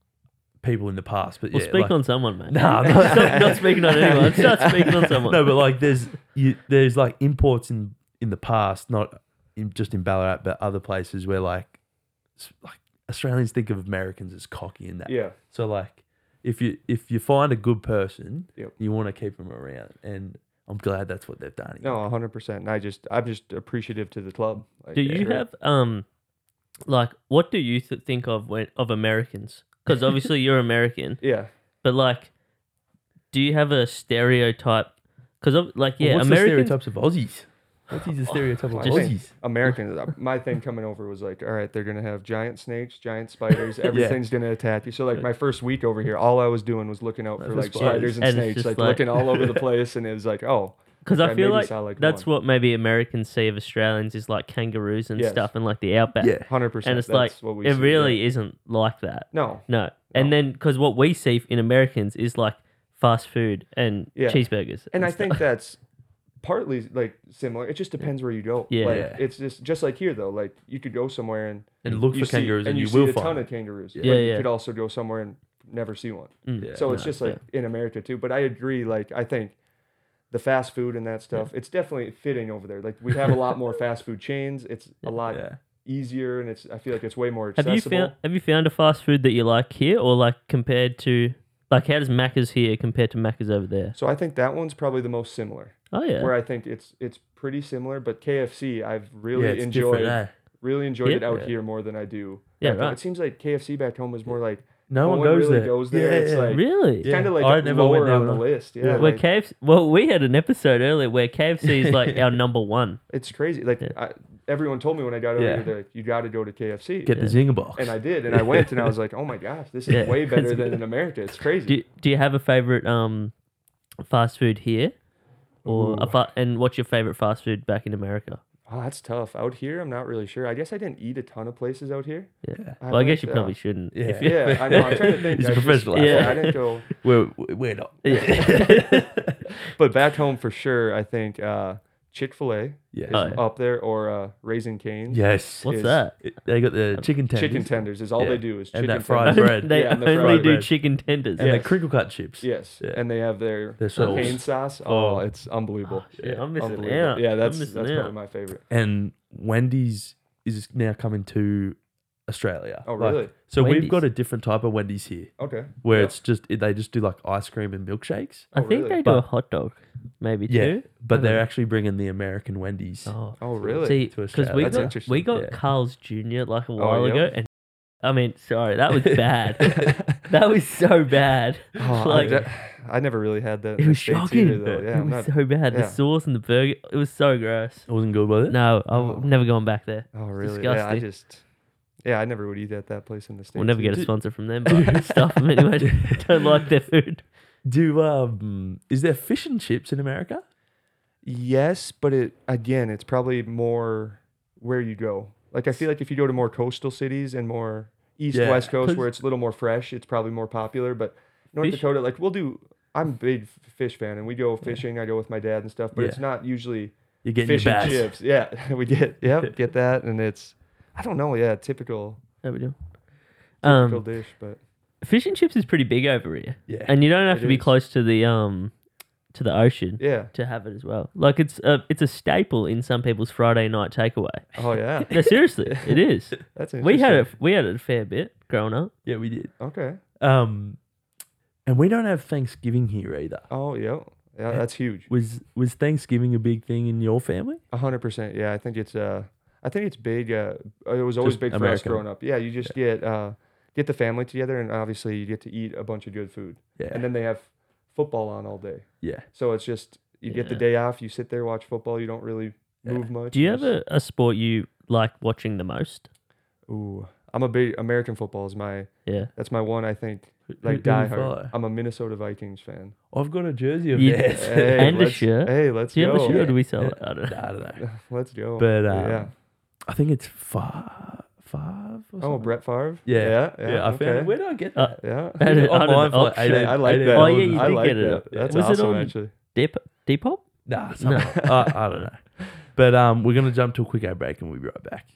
S1: people in the past, but
S3: Well,
S1: yeah,
S3: speak
S1: like-
S3: on someone, mate.
S1: Nah, I'm not-
S3: stop, not speaking on anyone. Start speaking on someone.
S1: no, but like there's you, there's like imports in in the past, not in, just in Ballarat, but other places where like s- like Australians think of Americans as cocky and that.
S2: yeah,
S1: So like if you if you find a good person,
S2: Yep.
S1: you want to keep them around, and I'm glad that's what they've done.
S2: no, 100. percent And I just I'm just appreciative to the club. Like,
S3: do you
S2: for it.
S3: have um, like what do you th- think of when of Americans? Because obviously you're American,
S2: Yeah.
S3: but like, do you have a stereotype? Because like yeah,
S1: Well, what's
S3: Americans.
S1: the stereotypes of Aussies? What's the stereotype of
S2: I
S3: Just-
S1: Aussies?
S2: Americans. uh, My thing coming over was like, all right, they're gonna have giant snakes, giant spiders. Everything's gonna attack you. So like my first week over here, all I was doing was looking out for
S1: For
S2: like
S1: spiders.
S2: spiders and
S3: And it's
S2: snakes,
S3: just
S2: like,
S3: like-
S2: looking all over the place, and it was like, oh,
S3: Because
S2: Okay,
S3: I feel
S2: maybe
S3: like,
S2: sound like
S3: that's
S2: one.
S3: what maybe Americans see of Australians is like kangaroos and
S2: Yes.
S3: stuff and like the outback.
S1: Yeah,
S2: 100 percent.
S3: And it's like, it really isn't like that.
S2: no.
S3: No. And
S2: No.
S3: then, because what we see in Americans is like fast food and
S2: Yeah.
S3: cheeseburgers.
S2: and I
S3: stuff.
S2: think that's partly like similar. It just depends where you go.
S3: Yeah.
S2: like,
S1: Yeah.
S2: it's just just like here though. Like you could go somewhere and
S1: and look
S2: you
S1: for kangaroos,
S2: see,
S1: and you,
S2: you,
S1: will
S2: see a
S1: find.
S2: ton
S1: them.
S2: of kangaroos.
S1: Yeah.
S2: but
S3: Yeah,
S2: you
S3: yeah.
S2: could also go somewhere and never see one.
S3: Mm.
S1: Yeah.
S2: Hmm. So it's
S3: No,
S2: just like
S3: yeah.
S2: in America too. But I agree. Like I think the fast food and that stuff, it's definitely fitting over there. Like we have a lot more fast food chains. It's a lot
S1: Yeah.
S2: easier, and it's I feel like it's way more
S3: Have you
S2: accessible.
S3: found Have you found a fast food that you like here, or like compared to like how does Macca's here compared to Macca's over there?
S2: so I think that one's probably the most similar.
S3: Oh yeah,
S2: Where I think it's it's pretty similar, but KFC I've
S1: yeah,
S2: really
S1: it's
S2: enjoyed.
S1: different. Eh?
S2: really enjoyed
S3: Yeah.
S2: it out
S1: Yeah.
S2: here more than I do.
S3: Yeah,
S2: back home.
S3: right.
S2: It seems like KFC back home is more like
S1: No one goes
S2: really
S1: there.
S2: goes there. it's
S1: Yeah.
S2: like
S3: really.
S1: Yeah. Oh,
S2: kind of like
S1: I never went
S2: lower
S1: down
S2: on the
S1: there.
S2: list. Yeah,
S1: Yeah.
S3: Where
S2: like,
S3: KFC, well, we had an episode earlier where KFC is like our number one.
S2: it's crazy. Like
S3: Yeah.
S2: I, everyone told me when I got over
S1: Yeah.
S2: here, they're like, "You got to go to KFC,"
S1: Get the zinger box.
S2: and I did, and I went, and I was like, "Oh my gosh, this is
S3: Yeah.
S2: way better than in America. It's crazy."
S3: Do you, Do you have a favorite um fast food here, or a
S2: Ooh.
S3: fa- and what's your favorite fast food back in America?
S2: oh, that's tough out here. I'm not really sure. I guess I didn't eat a ton of places out here.
S1: Yeah.
S3: Well, I
S2: liked,
S3: guess you
S2: uh,
S3: probably shouldn't.
S1: Yeah.
S3: if you-
S2: Yeah, I know. I'm trying to think.
S1: He's
S2: I
S1: a
S2: just-
S1: professional.
S2: Yeah,
S3: Yeah.
S2: I didn't go.
S1: we're we're not.
S2: But back home for sure, I think uh, Chick Fil A
S1: Yes.
S2: is
S3: Oh, yeah.
S2: up there, or uh, Raising Canes.
S1: Yes.
S3: What's
S2: is-
S3: that?
S1: It- They got the chicken tenders.
S2: Um, Chicken tenders is all
S1: Yeah.
S2: they do is
S1: And
S2: chicken
S1: that fried
S2: tenders.
S1: bread.
S3: they
S2: Yeah, and the
S3: only
S2: fried
S3: do
S1: bread.
S3: chicken tenders.
S1: and
S2: Yeah.
S1: the crinkle cut chips.
S2: Yes,
S1: Yeah.
S2: and they have their,
S1: Their sauce.
S2: cane sauce. Oh,
S1: Oh.
S2: it's unbelievable.
S3: Ah, Shit, I'm missing
S2: Unbelievable.
S3: out.
S2: Yeah,
S3: I'm
S2: that's that's
S3: missing
S2: probably
S3: out.
S2: my favorite.
S1: And Wendy's is now coming to Australia.
S2: Oh,
S1: Like,
S2: really?
S1: so
S3: Wendy's.
S1: we've got a different type of Wendy's here,
S2: Okay.
S1: where
S2: Yeah.
S1: it's just they just do like ice cream and milkshakes.
S3: I
S2: Oh,
S3: think
S2: really?
S3: they do a
S1: But-
S3: hot dog, maybe
S1: Yeah,
S3: too.
S1: but
S3: I
S1: they're
S3: don't-
S1: actually bringing the American Wendy's.
S3: Oh,
S2: Oh, really?
S3: see,
S1: To
S3: because
S1: Australia.
S3: we
S2: That's
S3: got
S2: interesting. Oh,
S3: we got
S1: Yeah.
S3: Carl's Jr. like a while
S2: yeah.
S3: ago, and I mean, sorry, that was bad. that was so bad.
S2: Oh, I
S3: like,
S2: de- I never really had that. in
S3: It
S2: the
S3: was
S2: States
S3: shocking.
S2: Either, though. Yeah,
S3: it
S2: I'm
S3: was
S2: not,
S3: so bad.
S2: yeah.
S3: The sauce and the burger. It was so gross.
S1: I wasn't good with it.
S3: No, I'm
S2: Oh.
S3: never going back there.
S2: oh, really? Yeah, I
S3: disgusting.
S2: just. Yeah, I never would eat at that place in the states.
S3: We'll never get a
S1: Did-
S3: sponsor from them, but stuff them anyway. Don't like their food.
S1: Do um, is there fish and chips in America?
S2: Yes, but it again, it's probably more where you go. Like I feel like if you go to more coastal cities and more east
S1: Yeah,
S2: west coast
S1: 'cause-
S2: where it's a little more fresh, it's probably more popular. But North
S3: Fish-
S2: Dakota, like we'll do. I'm a big f- fish fan, and we go fishing. I go with my dad and stuff, but it's
S1: Yeah.
S2: not usually
S1: You're getting
S2: fish
S1: your
S2: and
S1: bass.
S2: chips. Yeah, we get yep, get that, and it's I don't know, yeah, typical
S3: How we doing?
S2: typical
S3: Um,
S2: dish, but
S3: fish and chips is pretty big over here,
S1: Yeah.
S3: and you don't have
S2: It
S3: to be
S2: is.
S3: close to the um to the ocean
S2: yeah,
S3: to have it as well. Like it's a it's a staple in some people's Friday night takeaway.
S2: oh yeah,
S3: No, seriously, it is.
S2: that's
S3: We had it.
S2: interesting.
S3: We had it a fair bit growing up.
S1: yeah, we did.
S2: Okay.
S1: Um, and we don't have Thanksgiving here either.
S2: Oh yeah, yeah, that's huge.
S1: Was was Thanksgiving a big thing in your family?
S2: A hundred percent. Yeah, I think it's uh, I think it's big. Uh, it was always
S1: Just
S2: big for us
S1: American.
S2: growing up. Yeah, you just get uh, get the family together, and obviously you get to eat a bunch of good food,
S1: Yeah.
S2: and then they have football on all day.
S1: yeah.
S2: So it's just you get the
S3: Yeah.
S2: day off, you sit there watch football, you don't really move much.
S3: Do you
S2: just-
S3: have a, a sport you like watching the most?
S2: Ooh, I'm a big American football is my
S3: Yeah.
S2: that's my one. I think
S1: who
S2: like
S1: you
S2: die
S1: follow?
S2: hard. I'm a Minnesota Vikings fan.
S1: I've got a jersey of
S3: You-
S1: theirs.
S2: Hey,
S3: And a
S2: let's-
S3: shirt.
S2: Hey, let's
S3: Do you have a
S2: go.
S3: shirt or
S1: Yeah.
S3: do we sell
S1: Yeah.
S3: it? I don't know.
S1: I don't know.
S2: Let's go.
S1: But um,
S2: yeah.
S1: I think it's five, five. Or
S2: Oh,
S1: something.
S2: Brett Favre.
S1: Yeah.
S2: Yeah.
S1: I found it.
S2: okay.
S1: Where did I get
S3: Uh,
S1: that?
S2: Yeah.
S3: I don't- I don't
S1: Online for
S3: know.
S1: like
S3: Option.
S1: $18.
S2: I like that.
S3: Oh, yeah, you
S2: I
S3: did
S2: like
S3: get it
S2: that.
S3: up.
S2: That's
S3: Was it
S2: awesome,
S3: on-
S2: actually.
S3: Deep Depop.
S1: Nah,
S3: No.
S1: no. I, I don't know. But um, we're going to jump to a quick ad break and we'll be right back.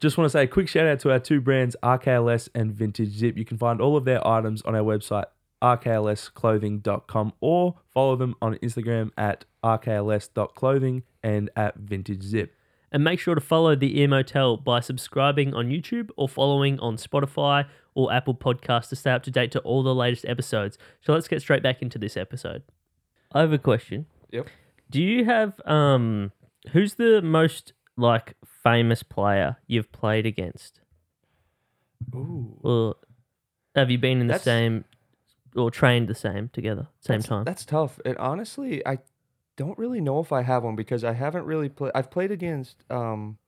S1: Just want to say a quick shout out to our two brands, RKLS and Vintage Zip. You can find all of their items on our website, rklsclothing.com, or follow them on Instagram at rkls.clothing and at Vintage Zip.
S3: And make sure to follow the Ear Motel by subscribing on YouTube or following on Spotify or Apple Podcasts to stay up to date to all the latest episodes. So let's get straight back into this episode. I have a question.
S2: Yep.
S3: Do you have um who's the most like famous player you've played against?
S2: Ooh.
S3: Or have you been in the
S2: That's-
S3: same or trained the same together, same time?
S2: That's tough. And honestly, I don't really know if I have one because I haven't really played. I've played against um,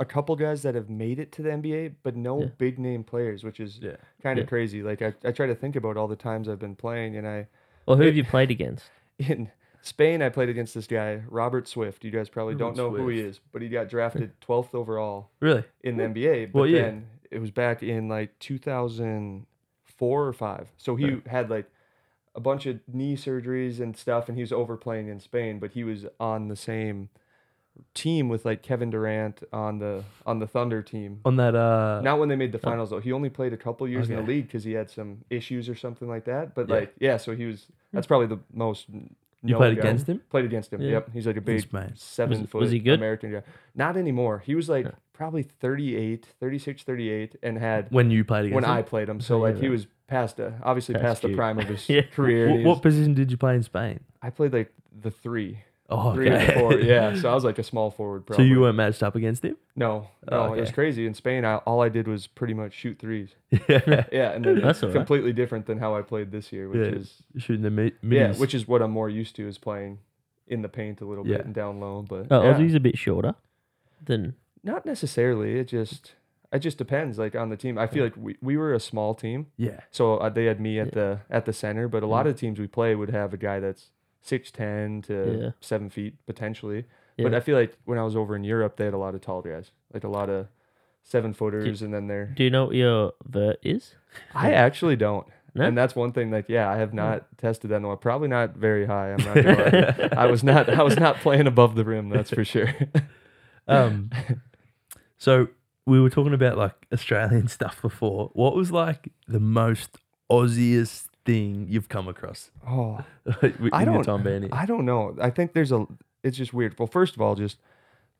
S2: a couple guys that have made it to the NBA, but no
S3: Yeah.
S2: big name players, which is
S1: Yeah.
S2: kind of
S3: Yeah.
S2: crazy. Like I, I try to think about all the times I've been playing, and I
S3: Or who have you played against?
S2: in Spain I played against this guy Robert Swift. You guys probably don't
S1: Robert
S2: know who he
S1: Swift.
S2: is, but he got drafted 12th overall
S1: Really?
S2: in the NBA. But
S1: What year?
S2: then it was back in like 2004 or five. So he had like a bunch of knee surgeries and stuff, and he was overplaying in Spain. But he was on the same team with like Kevin Durant on the on the Thunder team.
S1: On that, uh,
S2: Not when they made the finals though. He only played a couple years in the
S1: Okay.
S2: league because he had some issues or something like that. But
S1: Yeah. Hmm.
S2: like yeah, so he was. That's probably the most.
S1: you played against him?
S2: Played against him.
S3: Yeah.
S2: Yep. He's like a
S1: Against
S2: big
S1: Spain.
S2: seven foot
S3: was he good?
S2: American guy. Not anymore. He was like probably 38, 36, 38, and had
S1: When you played against
S2: when
S1: him?
S2: I played him. So
S3: yeah,
S2: like he
S3: right.
S2: was past the obviously
S3: Past
S2: past the
S3: you.
S2: prime of his
S3: Yeah.
S2: career. and
S1: Wh-
S2: he
S1: what
S2: was-
S1: position did you play in Spain?
S2: I played like the three.
S1: Oh,
S2: Three
S1: okay.
S2: or four. Yeah. So I was like a small forward
S1: so
S2: probably.
S1: you weren't matched up against him?
S2: No. No,
S1: Oh,
S2: it was
S1: okay.
S2: crazy. In Spain I, all I did was pretty much shoot threes.
S1: yeah.
S2: Yeah. And then
S3: That's
S2: it's
S3: all right.
S2: completely different than how I played this year, which
S1: Yeah,
S2: is
S1: Shooting the mi- minis.
S2: yeah, which is what I'm more used to is playing in the paint a little
S1: Yeah.
S2: bit and down low. But
S3: Oh,
S2: yeah.
S3: Aussie's a bit shorter than
S2: Not necessarily. It just it just depends. Like on the team, I feel like we, we were a small team,
S1: Yeah.
S2: so uh, they had me at the at the center. But a lot
S3: Mm.
S2: of the teams we play would have a guy that's six ten to
S3: Yeah.
S2: seven feet potentially. But
S3: Yeah.
S2: I feel like when I was over in Europe, they had a lot of tall guys, like a lot of seven footers, and then they're.
S3: Do you know what your vert is?
S2: I actually don't.
S3: No?
S2: And that's one thing. Like, yeah, I have not tested that. One. Probably not very high. I'm not. Gonna lie. I was not. I was not playing above the rim. That's for sure.
S1: Um, so we were talking about like Australian stuff before. What was like the most Aussiest thing you've come across
S2: oh,
S1: in
S2: I
S1: your
S2: don't.
S1: time being here?
S2: I don't know. I think there's a. It's just weird. Well, first of all, just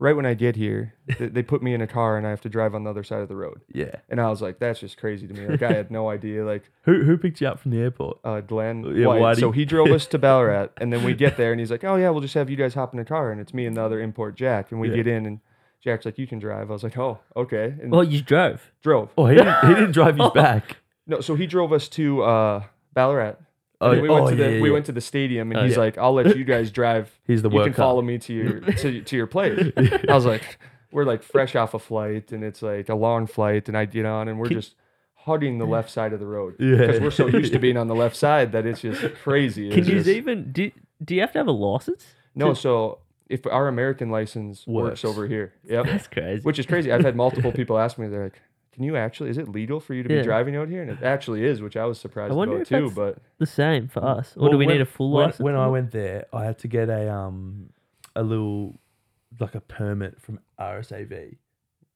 S2: right when I get here, they, they put me in a car and I have to drive on the other side of the road.
S1: yeah.
S2: And I was like, that's just crazy to me. Like I had no idea. Like
S1: Who who picked you up from the airport?
S2: uh, Glenn
S1: Yeah,
S2: White.
S1: Whitey.
S2: So he drove us to Ballarat, and then we get there, and he's like, oh yeah, we'll just have you guys hop in the car, and it's me and the other import Jack, and we
S1: Yeah.
S2: get in, and Jack's like, you can drive. I was like, oh okay,
S1: Mm.
S2: and
S3: Well, you drove.
S2: drove. Oh.
S1: Oh, he didn't, he didn't drive his back.
S2: No, so he drove us to uh, Ballarat. And then
S1: Oh,
S2: we went
S1: oh,
S2: to the
S1: yeah, yeah, Uh,
S2: we
S1: yeah.
S2: went to the stadium, and
S3: Oh,
S2: he's
S3: yeah.
S2: like, "I'll let you guys drive.
S1: He's the
S2: you can
S1: worker.
S2: follow me to your to, to your place." I was like, "We're like fresh off a flight, and it's like a long flight, and I get on, and we're just hugging the left side of the road because
S1: Yeah.
S2: we're so used to being on the left side that it's just crazy."
S3: Can
S2: It's
S3: you
S2: just-
S3: even do? Do you have to have a license?
S2: No, so if our American license
S1: Works.
S2: works, over here, yep,
S3: That's crazy.
S2: which is crazy. I've had multiple people ask me, they're like, "Can you actually? Is it legal for you to be
S3: Yeah.
S2: driving out here?" And it actually is, which I was surprised
S3: wonder
S2: about
S3: if
S2: too.
S3: that's-
S2: But
S3: the same for us,
S1: Mm.
S3: or do
S1: Well,
S3: we
S1: when-
S3: need a full
S1: when,
S3: license?
S1: When I went there, I had to get a um a little like a permit from RSAV.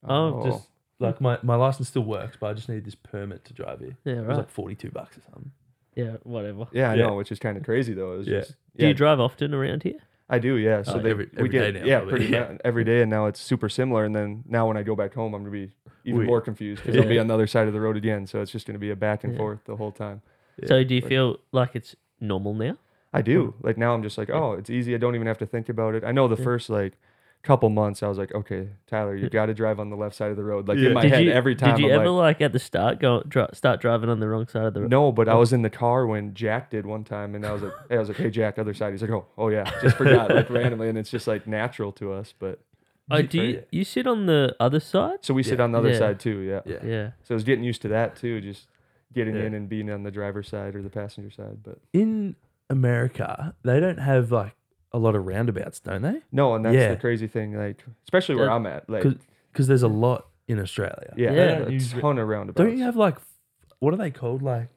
S3: Oh,
S1: Just like my, my license still works, but I just needed this permit to drive here.
S3: yeah,
S1: It was
S3: right.
S1: like forty two bucks or something.
S3: yeah, whatever.
S2: yeah, I
S1: Yeah.
S2: know, which is kind of crazy though. It was
S1: Yeah.
S2: just,
S3: Do
S2: yeah,
S3: you drive often around here?
S2: I do, yeah. So
S3: Uh,
S1: Oh,
S2: they,
S1: every-
S2: we
S1: every day
S2: get
S1: now,
S2: yeah,
S1: probably.
S2: pretty
S1: Yeah.
S2: mu- every day, and now it's super similar. And then now when I go back home, I'm gonna be even
S1: We-
S2: more confused because I'll be
S3: Yeah.
S2: on the other side of the road again. So it's just gonna be a back and
S3: Yeah.
S2: forth the whole time.
S1: Yeah,
S3: so do you
S2: like-
S3: feel like it's normal now?
S2: I do. Like now I'm just like, oh, it's easy. I don't even have to think about it. I know the
S3: Mm-hmm. Yeah.
S2: first like couple months I was like, okay, Tyler, you got to drive on the left side of the road. Like
S1: Yeah.
S2: in my
S3: did
S2: head
S3: you,
S2: every time.
S3: Did you
S2: I'm
S3: ever
S2: like,
S3: like, at the start go dri start driving on the wrong side of the Oh. road?
S2: no, but I was in the car when Jack did one time, and I was like, hey, I was like, hey, Jack, other side. He's like, oh, oh yeah, just forgot like randomly, and it's just like natural to us. But
S3: Oh, do you
S1: Right.
S3: you sit on the other side?
S2: so we sit
S1: Yeah.
S2: on the other
S3: Yeah.
S2: side too. Yeah.
S1: Yeah.
S3: Yeah.
S2: So I was getting used to that too, just getting
S1: Yeah.
S2: in and being on the driver's side or the passenger side. But
S1: In America, they don't have like a lot of roundabouts, don't they?
S2: no, and that's
S1: Yeah.
S2: the crazy thing, like especially where
S3: Yeah.
S2: I'm at, like
S1: 'Cause- Because there's a lot in Australia.
S2: yeah,
S3: Yeah.
S2: a ton of roundabouts.
S1: Don't you have like what are they called? Like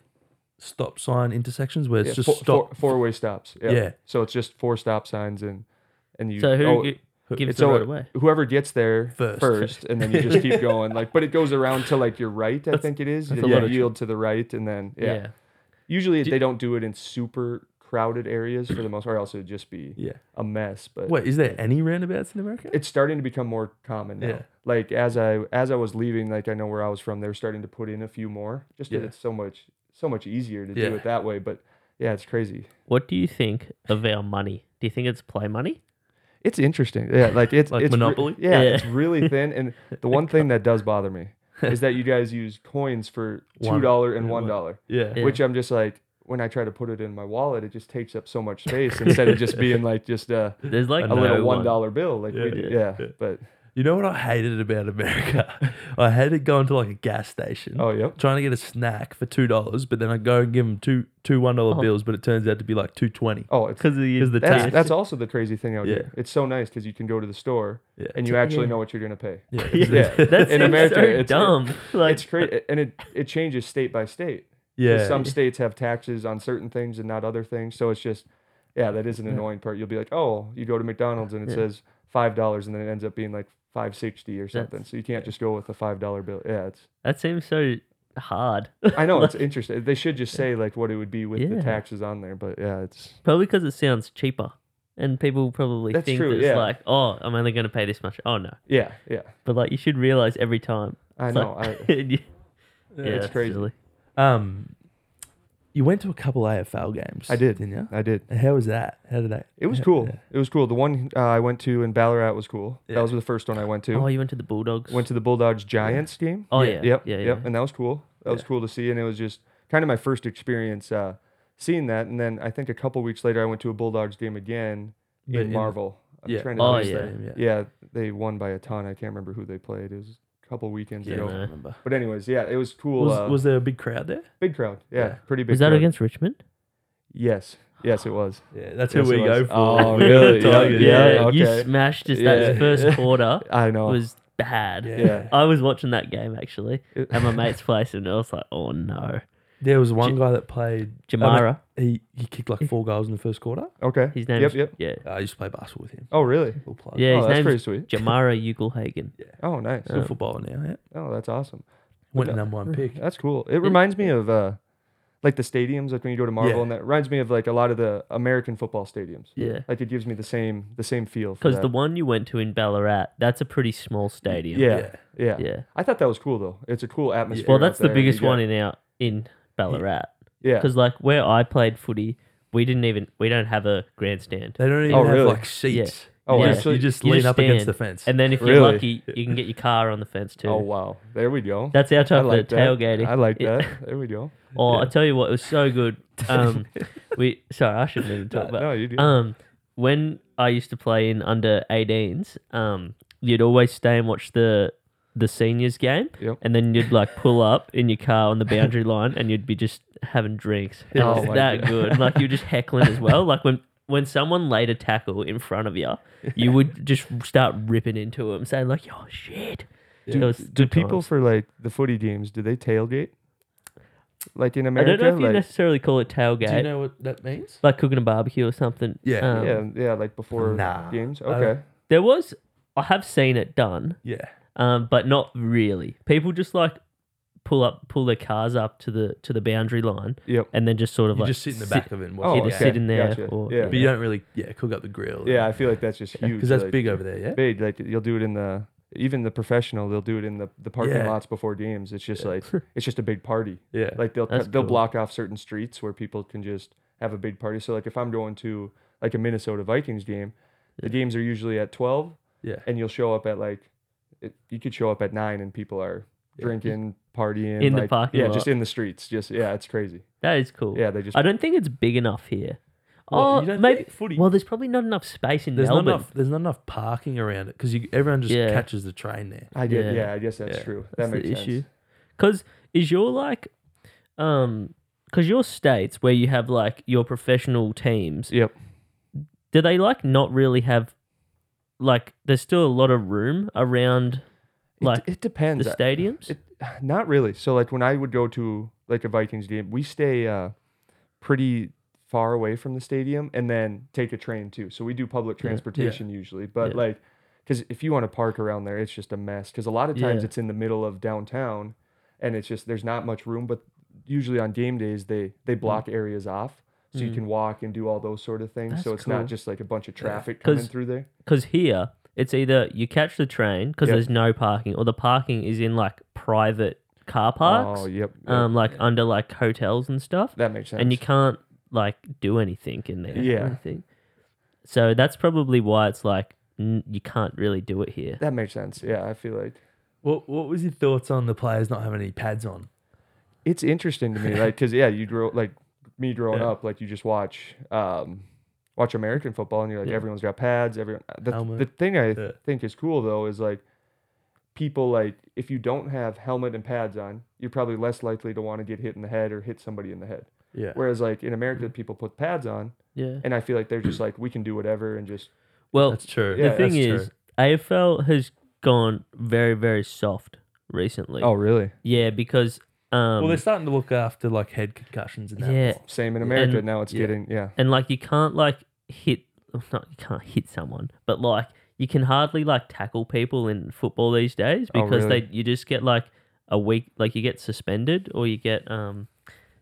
S1: stop sign intersections where it's
S2: Yeah,
S1: just
S2: four,
S1: stop.
S2: four way stops. Yeah.
S1: Yeah.
S2: So it's just four stop signs and and you.
S3: So who
S2: oh,
S3: gi-
S1: who-
S3: gives
S2: it's
S3: the road
S2: all-
S3: away?
S2: Whoever gets there
S1: First.
S2: first, and then you just keep going. Like, but it goes around to like your right. I think it is.
S3: that's
S2: You
S3: a lot of tr-
S2: yield to the right, and then yeah.
S3: yeah.
S2: Usually
S3: Do-
S2: they don't do it in super crowded areas for the most part. Else it'd just be
S1: Yeah.
S2: a mess. But
S1: Wait, is there any roundabouts in America?
S2: it's starting to become more common now.
S1: Yeah.
S2: Like as I as I was leaving, like I know where I was from, they were starting to put in a few more, just 'cause
S1: Yeah.
S2: it's so much so much easier to
S1: Yeah.
S2: do it that way. But yeah, it's crazy.
S3: What do you think of our money? Do you think it's play money?
S2: It's interesting. Yeah, like it's
S1: Like
S2: it's re-
S1: Monopoly?
S2: yeah,
S3: Yeah.
S2: it's really thin. And the one thing that does bother me is that you guys use coins for
S1: One.
S2: two dollar and
S1: Yeah,
S2: one
S1: one.
S2: dollar,
S1: Yeah.
S3: Yeah.
S2: which I'm just like when I try to put it in my wallet, it just takes up so much space instead of just being like just a,
S3: There's like
S1: A
S2: a little
S3: no
S2: one
S3: one.
S2: dollar bill. Like
S1: Yeah,
S2: we do.
S1: yeah,
S2: yeah,
S1: yeah.
S2: but
S1: You know what I hated about America? I hated going to like a gas station.
S2: oh yep.
S1: trying to get a snack for two dollars, but then I go and give them two two one dollar
S3: Oh.
S1: bills, but it turns out to be like two twenty.
S2: Oh, it's
S3: Because of the,
S1: 'Cause the
S2: that's
S1: tax.
S2: that's also the crazy thing out
S1: Yeah.
S2: here. It's so nice because you can go to the store
S1: Yeah.
S2: and you actually
S3: yeah.
S2: know what you're gonna pay.
S1: Yeah,
S2: Yeah.
S3: That
S2: in
S3: seems
S2: America,
S3: so
S2: it's-
S3: dumb. like uh,
S2: It's crazy, and it it changes state by state. 'Cause
S1: yeah.
S2: Some states have taxes on certain things and not other things. So it's just, yeah, that is an annoying part. You'll be like, oh, you go to McDonald's and it
S3: Yeah.
S2: says five dollars, and then it ends up being like five sixty or something.
S3: That's-
S2: so you can't just go with a five dollar bill. Yeah, it's.
S3: that seems so hard.
S2: I know it's interesting. They should just say like what it would be with
S3: Yeah.
S2: the taxes on there, but yeah, it's
S3: Probably because it sounds cheaper, and people probably
S2: That's
S3: think
S2: true,
S3: that it's
S2: yeah.
S3: like, oh, I'm only going to pay this much. Oh no,
S2: yeah, yeah.
S3: but like you should realize every time.
S2: I
S3: It's
S2: know.
S3: like-
S2: I,
S3: and you- yeah,
S2: it's
S3: that's
S2: crazy.
S3: silly.
S1: Um, you went to a couple AFL games.
S2: I did.
S1: didn't you?
S2: I did.
S1: How was that? How did that?
S2: It was
S1: yeah,
S2: cool.
S1: yeah.
S2: It was cool. The one uh, I went to in Ballarat was cool.
S1: Yeah.
S2: That was the first one I went to.
S3: Oh, you went to the Bulldogs.
S2: Went to the Bulldogs Giants game.
S3: oh
S1: yeah,
S3: yeah,
S2: yep.
S3: yeah, yeah.
S2: Yep. And that was cool. That was
S1: Yeah.
S2: cool to see. And it was just kind of my first experience uh, seeing that. And then I think a couple weeks later, I went to a Bulldogs game again
S1: But
S2: in Marvel. I'm
S1: yeah.
S2: trying to
S3: Oh,
S2: place
S3: yeah.
S2: that.
S1: Stadium, yeah.
S2: Yeah. They won by a ton. I can't remember who they played. It was a couple weekends
S1: Yeah,
S2: ago.
S1: I
S3: no.
S1: remember.
S2: But, anyways, yeah, it was cool.
S1: was,
S2: uh,
S1: was there a big crowd there?
S2: big crowd. Yeah.
S1: Yeah.
S2: Pretty big
S3: Was that
S2: crowd.
S3: against Richmond?
S2: Yes. Yes, it was.
S1: Yeah, that's
S2: Yes,
S1: who we
S2: it was.
S1: go for.
S2: Oh,
S1: We go
S2: really?
S1: to
S2: Yeah,
S1: Tigers.
S2: yeah.
S3: you
S2: okay.
S3: smashed us.
S2: Yeah.
S3: That first quarter
S2: I know.
S3: was bad.
S1: Yeah.
S2: yeah.
S3: I was watching that game actually
S2: It-
S3: at my mate's place, and I was like, oh no,
S1: There was one guy that played. I mean,
S3: Jamara.
S1: he he kicked like four goals in the first quarter.
S2: Okay.
S3: His name.
S2: Yep.
S3: is,
S2: Yep.
S3: Yeah.
S1: I used to play basketball with him.
S2: Oh, really?
S1: Little plug.
S3: Yeah,
S2: oh,
S3: his
S2: that's
S3: name's
S2: pretty sweet.
S3: Jamara Ugelhagen.
S2: Oh, nice.
S1: He's a footballer now. Yeah,
S2: Oh, that's awesome.
S1: went number one pick.
S2: That's cool. It reminds me of uh, like the stadiums, like when you go to Marvel,
S1: Yeah.
S2: and that reminds me of like a lot of the American football stadiums.
S3: Yeah.
S2: Like it gives me the same the same feel. for
S3: Because
S2: that.
S3: the one you went to in Ballarat, that's a pretty small stadium.
S2: yeah,
S1: Yeah.
S2: yeah
S3: Yeah.
S2: I thought that was cool though. It's a cool atmosphere.
S3: Well,
S2: out
S3: that's the
S2: there, and you
S3: biggest one
S2: get-
S3: in our in Ballarat.
S2: Yeah.
S3: Because like where I played footy, we didn't even we don't have a grandstand.
S1: They don't even
S2: Oh,
S1: have
S2: really?
S1: like seats.
S2: Oh,
S1: you,
S2: yeah.
S1: just, you just
S3: You
S1: lean
S3: just
S1: up against
S3: stand
S1: the fence.
S3: And then if you're
S2: Really?
S3: lucky, you can get your car on the fence too.
S2: Oh wow. There we go.
S3: That's our
S2: I
S3: type
S2: like
S3: of
S2: that.
S3: tailgating.
S2: I like
S3: It-
S2: that. There we go.
S3: Oh,
S1: Yeah.
S3: I tell you what, it was so good. Um, we sorry, I shouldn't even talk about.
S2: no, you do.
S3: Um, when I used to play in under 18s, um, you'd always stay and watch the the seniors game,
S2: Yep.
S3: and then you'd like pull up in your car on the boundary line, and you'd be just having drinks. It
S2: Oh
S3: was
S2: my
S3: that
S2: God.
S3: good. Like you're just heckling as well. Like when. When someone laid a tackle in front of you, you would just start ripping into them, saying like, "Yo, shit!" It
S2: do,
S3: was
S2: do
S3: good
S2: people
S3: times.
S2: for like the footy games? Do they tailgate? Like in
S3: I
S2: America,
S3: don't know if you
S2: like,
S3: necessarily call it tailgate,
S1: Do you know what that means?
S3: like cooking a barbecue or something.
S1: Yeah.
S3: Um,
S2: yeah, yeah, like before
S1: Nah.
S2: games.
S1: I-
S2: Okay,
S3: There was, I have seen it done,
S1: Yeah.
S3: um, but not really. People just like pull up, pull their cars up to the to the boundary line,
S2: yep.
S3: and then just sort of
S1: You
S3: like
S1: just sit in the back of it. And watch
S2: Oh,
S1: it.
S3: either
S2: okay.
S3: sit in there
S2: Gotcha.
S3: or
S2: Yeah.
S1: But you don't really yeah cook up the grill.
S2: Yeah, I feel like that's just huge.
S1: because that's
S2: like,
S1: big over there. Yeah.
S2: big. Like you'll do it in the even the professional. They'll do it in the, the parking
S1: Yeah.
S2: lots before games. It's just like it's just a big party.
S1: Yeah.
S2: Like they'll
S3: That's
S2: they'll
S3: cool.
S2: block off certain streets where people can just have a big party. So like if I'm going to like a Minnesota Vikings game, the games are usually at twelve.
S1: Yeah.
S2: and you'll show up at like it, you could show up at nine and people are
S1: Yeah.
S2: drinking partying
S3: In the
S2: like-
S3: parking
S2: yeah just
S3: lot.
S2: in the streets just yeah it's crazy
S3: that is cool.
S2: yeah they just
S3: I don't think it's big enough here.
S1: Well,
S3: oh,
S1: you don't
S3: maybe.
S1: think footy-
S3: Well, there's probably not enough space in
S1: There's
S3: Melbourne.
S1: not enough. There's not enough parking around it because everyone just
S3: Yeah.
S1: catches the train there.
S2: i did
S3: yeah.
S2: yeah, i guess that's
S1: Yeah.
S2: true
S3: That's
S2: that makes
S3: the
S2: sense
S3: issue. Because is your like, um, because your states where you have like your professional teams,
S2: yep
S3: do they like not really have, like, there's still a lot of room around, like
S2: it, it
S3: the
S2: depends
S3: stadiums.
S2: it, not really so like when i would go to like a vikings game we stay uh pretty far away from the stadium and then take a train too so we do public transportation usually but
S3: Yeah.
S2: like because if you want to park around there it's just a mess because a lot of times
S3: Yeah.
S2: it's in the middle of downtown and it's just there's not much room but usually on game days they they
S3: Mm-hmm.
S2: block areas off so you
S3: Mm.
S2: can walk and do all those sort of things so
S3: That's
S2: it's
S3: cool.
S2: not just like a bunch of traffic coming
S3: 'Cause-
S2: through there
S3: Because here, it's either you catch the train because
S2: Yep.
S3: there's no parking, or the parking is in like private car parks,
S2: oh yep, yep.
S3: um, like under like hotels and stuff,
S2: that makes sense
S3: and you can't like do anything in there. or
S2: Yeah.
S3: anything. So that's probably why it's like n- you can't really do it here.
S2: that makes sense yeah i feel like
S1: What What was your thoughts on the players not having any pads on?
S2: it's interesting to me, like, because yeah, you grow like me growing
S1: Yeah.
S2: up, like you just watch, um, watch American football, and you're like,
S3: Yeah.
S2: everyone's got pads. Everyone. The,
S1: Helmet.
S2: the thing I
S1: Yeah.
S2: think is cool though is like people like if you don't have helmet and pads on, you're probably less likely to want to get hit in the head or hit somebody in the head.
S1: Yeah.
S2: Whereas like in
S3: Mm-hmm.
S2: America, people put pads on,
S3: Yeah.
S2: and I feel like they're just like we can do whatever and just
S3: Well,
S1: That's true.
S2: Yeah,
S3: the thing
S1: that's
S3: is,
S1: true.
S3: AFL has gone very very soft recently.
S2: Oh, really?
S3: yeah, because um,
S1: well, they're starting to look after like head concussions and that.
S3: yeah,
S1: more.
S2: Same in America
S3: And-
S2: now. It's
S1: yeah.
S2: getting yeah.
S3: and like you can't like hit not you can't hit someone but like you can hardly like tackle people in football these days
S2: Oh,
S3: because
S2: really?
S3: they you just get like a week like you get suspended or you get um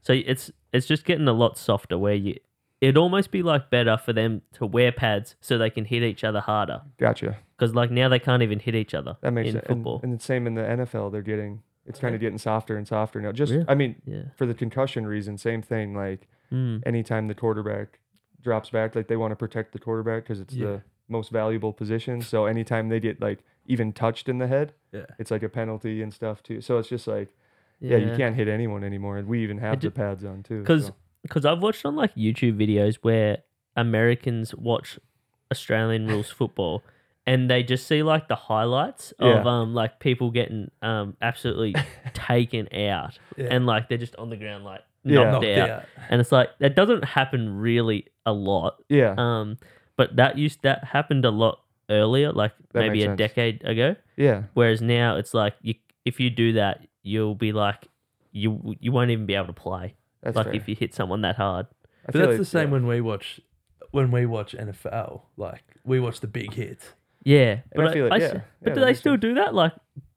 S3: so it's it's just getting a lot softer where you it'd almost be like better for them to wear pads so they can hit each other harder
S2: Gotcha.
S3: because like now they can't even hit each other
S2: That makes
S3: in
S2: sense.
S3: football
S2: And, and the same in the NFL. They're getting it's kind of getting softer and softer now. Just
S3: Yeah.
S2: I mean,
S3: yeah
S2: for the concussion reason, same thing. Like
S3: mm,
S2: anytime the quarterback drops back, like they want to protect the quarterback because it's
S1: Yeah.
S2: the most valuable position. So anytime they get like even touched in the head,
S1: Yeah.
S2: it's like a penalty and stuff too. So it's just like yeah, you can't hit anyone anymore, and we even have the
S3: did-
S2: pads on too.
S3: because
S2: so.
S3: because I've watched on like YouTube videos where Americans watch Australian rules football and they just see like the highlights of
S2: Yeah.
S3: um like people getting um absolutely taken out
S1: Yeah.
S3: and like they're just on the ground like
S2: Yeah.
S3: knocked,
S1: Knocked
S3: out.
S1: out.
S3: and it's like that doesn't happen really a lot
S2: yeah,
S3: um but that used that happened a lot earlier like
S2: That
S3: maybe
S2: makes
S3: a
S2: sense.
S3: decade ago
S2: yeah,
S3: whereas now it's like you if you do that you'll be like you you won't even be able to play
S2: that's
S3: like
S2: fair.
S3: if you hit someone that
S2: I
S3: hard
S1: But
S2: feel
S1: that's
S2: like-
S1: the same
S2: yeah.
S1: when we watch when we watch NFL. Like we watch the big hits.
S3: Yeah,
S2: And
S3: but
S2: I feel
S3: I-
S2: like-
S3: I
S2: yeah,
S3: s- but
S2: yeah,
S3: do
S2: that
S3: they
S2: makes
S3: still
S2: sense.
S3: do that? Like,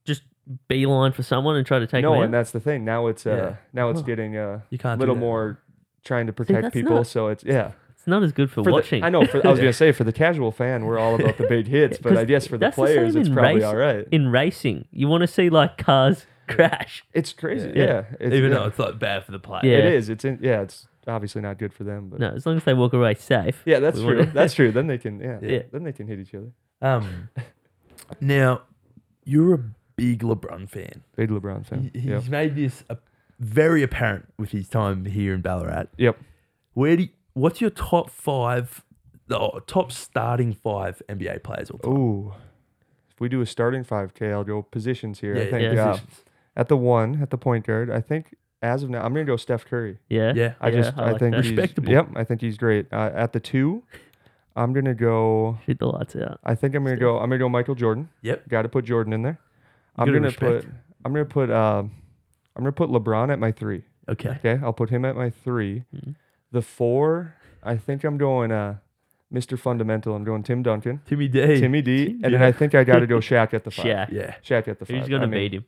S3: just beeline for someone and try to take
S2: no,
S3: them
S2: and
S3: out?
S2: that's the thing. Now it's uh
S1: Yeah.
S2: now it's
S3: Huh.
S2: getting uh
S1: You can't.
S2: a
S1: do
S2: little
S1: that.
S2: more trying to protect
S3: that's
S2: people.
S3: not-
S2: So it's yeah.
S3: It's not as good for,
S2: For the-
S3: watching.
S2: I know. For, I was
S1: Yeah.
S2: gonna say for the casual fan, we're all about the big hits, but I
S3: 'Cause
S2: guess for the
S3: that's the same
S2: players, it's
S3: in
S2: probably
S3: race-
S2: all right.
S3: In racing, you want to see like cars crash.
S2: It's crazy.
S1: Yeah.
S2: Yeah. It's,
S1: Even
S2: yeah.
S1: though it's like bad for the player.
S3: Yeah.
S2: It is. It's in, yeah. It's obviously not good for them, but
S3: No, as long as they walk away safe.
S2: yeah, that's
S3: we
S2: true.
S3: wanna-
S2: That's true. Then they can yeah,
S3: Yeah.
S2: Then they can hit each other.
S1: Um. now, you're a big LeBron fan.
S2: Big LeBron fan.
S1: He- He's
S2: Yep.
S1: made this a, very apparent with his time here in Ballarat.
S2: Yep.
S1: Where do you, what's your top five, oh, top starting five NBA players? All time?
S2: Ooh. If we do a starting 5K, I'll go positions here. I
S1: Yeah,
S2: think
S3: yeah.
S2: uh,
S1: Positions.
S2: at the one, at the point guard, I think as of now, I'm going to go Steph Curry.
S3: Yeah.
S1: Yeah.
S2: I
S3: Yeah,
S2: just,
S3: I
S2: I,
S3: like
S2: think
S3: that.
S2: he's-
S1: Respectable.
S2: Yep, I think he's great. Uh, at the two, I'm going to go,
S3: Shoot the lights out.
S2: I think I'm going to go, I'm going to go Michael Jordan.
S1: Yep.
S2: Got to put Jordan in there. I'm
S1: gotta
S2: going to
S1: respect.
S2: put, I'm going to put, um, I'm going to put LeBron at my three.
S1: Okay.
S2: Okay, I'll put him at my 3
S3: Mhm.
S2: The four, I think I'm going uh, Mr. Fundamental. I'm going Tim Duncan,
S1: Timmy D.
S2: Timmy D, and then
S1: yeah.
S2: I think I got to go Shaq at the five.
S3: Shaq.
S1: Yeah.
S2: Shaq at the five.
S3: Who's going
S2: I
S3: to
S2: mean,
S3: beat him?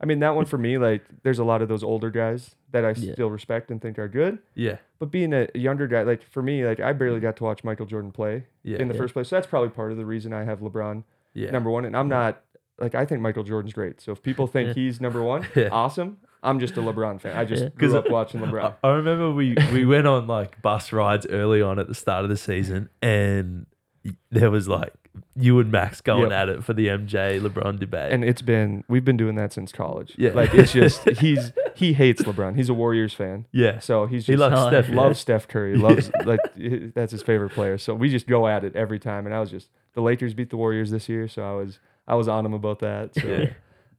S2: I mean, that one for me, like, there's a lot of those older guys that I
S3: Yeah.
S2: still respect and think are good.
S1: Yeah.
S2: But being a younger guy, like, for me, like, I barely got to watch Michael Jordan play
S1: Yeah.
S2: in the
S3: Yeah.
S2: first place. So that's probably part of the reason I have LeBron
S1: yeah. Mm-hmm.
S2: number one. And I'm not, like, I think Michael Jordan's great. So if people think
S3: Yeah.
S2: he's number one,
S1: Yeah. uh,
S2: awesome. I'm just a LeBron fan. I just
S3: Yeah.
S2: grew up watching LeBron.
S1: I, I remember we we went on like bus rides early on at the start of the season, and y- there was like you and Max going
S2: Yep.
S1: at it for the MJ LeBron debate.
S2: and it's been we've been doing that since college.
S1: Yeah.
S2: like it's just he's he hates LeBron. He's a Warriors fan,
S1: yeah,
S2: so he's just
S1: he loves
S3: Oh,
S1: Steph.
S3: yeah.
S2: loves Steph Curry. Loves like h- that's his favorite player. So we just go at it every time. And I was just the Lakers beat the Warriors this year, so I was I was on him about that. So
S1: Yeah.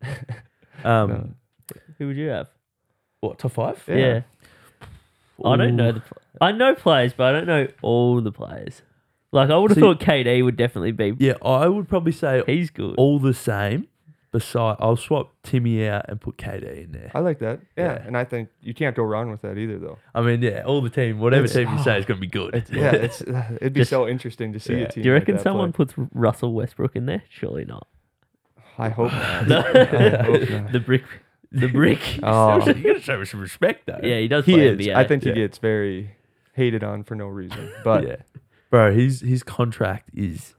S1: Um,
S2: No.
S3: Who would you have?
S1: what top five?
S2: Yeah.
S3: Yeah. I don't know
S1: Ooh.
S3: the. pl- I know players, but I don't know all the players. Like I would have
S1: So-
S3: thought KD would definitely be.
S1: Yeah, I would probably say
S3: He's good.
S1: all the same. Beside, I'll swap Timmy out and put KD in there.
S2: I like that. Yeah.
S1: Yeah.
S2: and I think you can't go wrong with that either, though.
S1: I mean, yeah, all the team, whatever
S2: It's- oh,
S1: team you say is gonna be good.
S2: It's, yeah, it's it'd be
S3: Just-
S2: so interesting to see
S1: Yeah.
S2: a
S1: Do
S2: team.
S3: Do you
S2: like
S3: reckon
S2: that play.
S3: someone puts Russell Westbrook in there? Surely not.
S2: I hope not.
S3: No.
S2: I hope not.
S3: the brick. The brick.
S2: Oh.
S1: you gotta show me some respect though.
S3: yeah, he does
S2: He
S3: play
S2: is.
S3: NBA.
S2: I think
S1: Yeah.
S2: he gets very hated on for no reason, but.
S1: yeah, bro. His his contract is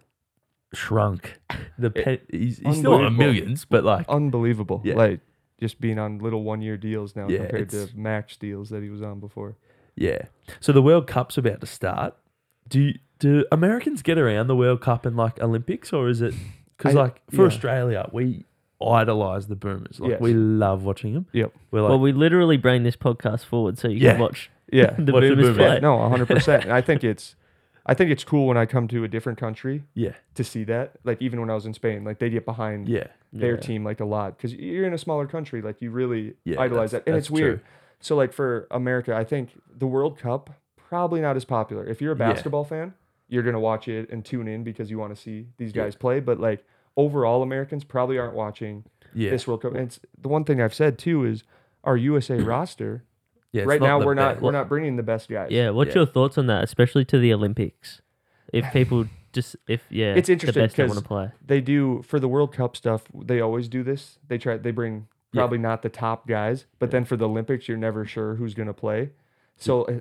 S1: shrunk. The
S2: It-
S1: pe- he's, he's still on
S2: Unbelievable.
S1: millions, but like,
S2: unbelievable.
S1: Yeah.
S2: Like just being on little one year deals now
S1: Yeah,
S2: compared to
S1: it's-
S2: max deals that he was on before.
S1: yeah. So the World Cup's about to start. Do you, do Americans get around the World Cup and like Olympics, or is it because
S2: I-
S1: like for
S2: yeah.
S1: Australia we idolize the Boomers, like
S2: Yes.
S1: we love watching them.
S2: Yep.
S1: We're like,
S3: well, we literally bring this podcast forward so you
S1: Yeah.
S3: can watch
S2: Yeah.
S3: the
S1: Watch the
S3: Boomers
S1: Boomers.
S3: play.
S1: Right.
S2: no, hundred percent. And I think it's I think it's cool when I come to a different country
S1: yeah,
S2: to see that. Like even when I was in Spain, like they get behind
S1: yeah,
S2: their
S3: Yeah.
S2: team like a lot because you're in a smaller country. Like you really
S1: Yeah,
S2: idolize
S1: that's-
S2: that, and
S1: that's
S2: it's weird. So like for America, I think the World Cup probably not as popular. If you're a
S1: Yeah.
S2: basketball fan, you're gonna watch it and tune in because you want to see these
S1: Yeah.
S2: guys play. But like overall, Americans probably aren't watching
S1: yeah,
S2: this World Cup. And it's, the one thing I've said too is our USA roster
S1: yeah. it's
S2: right now
S1: the
S2: we're
S1: best.
S2: not we're not bringing the best guys.
S3: Yeah, what's
S1: Yeah.
S3: your thoughts on that, especially to the Olympics? If people just if yeah,
S2: It's interesting
S3: the best they
S2: 'cause
S3: want to play.
S2: They do for the World Cup stuff. They always do this. They try they bring
S1: Yeah.
S2: probably not the top guys, but then for the Olympics you're never sure who's going to play. So uh,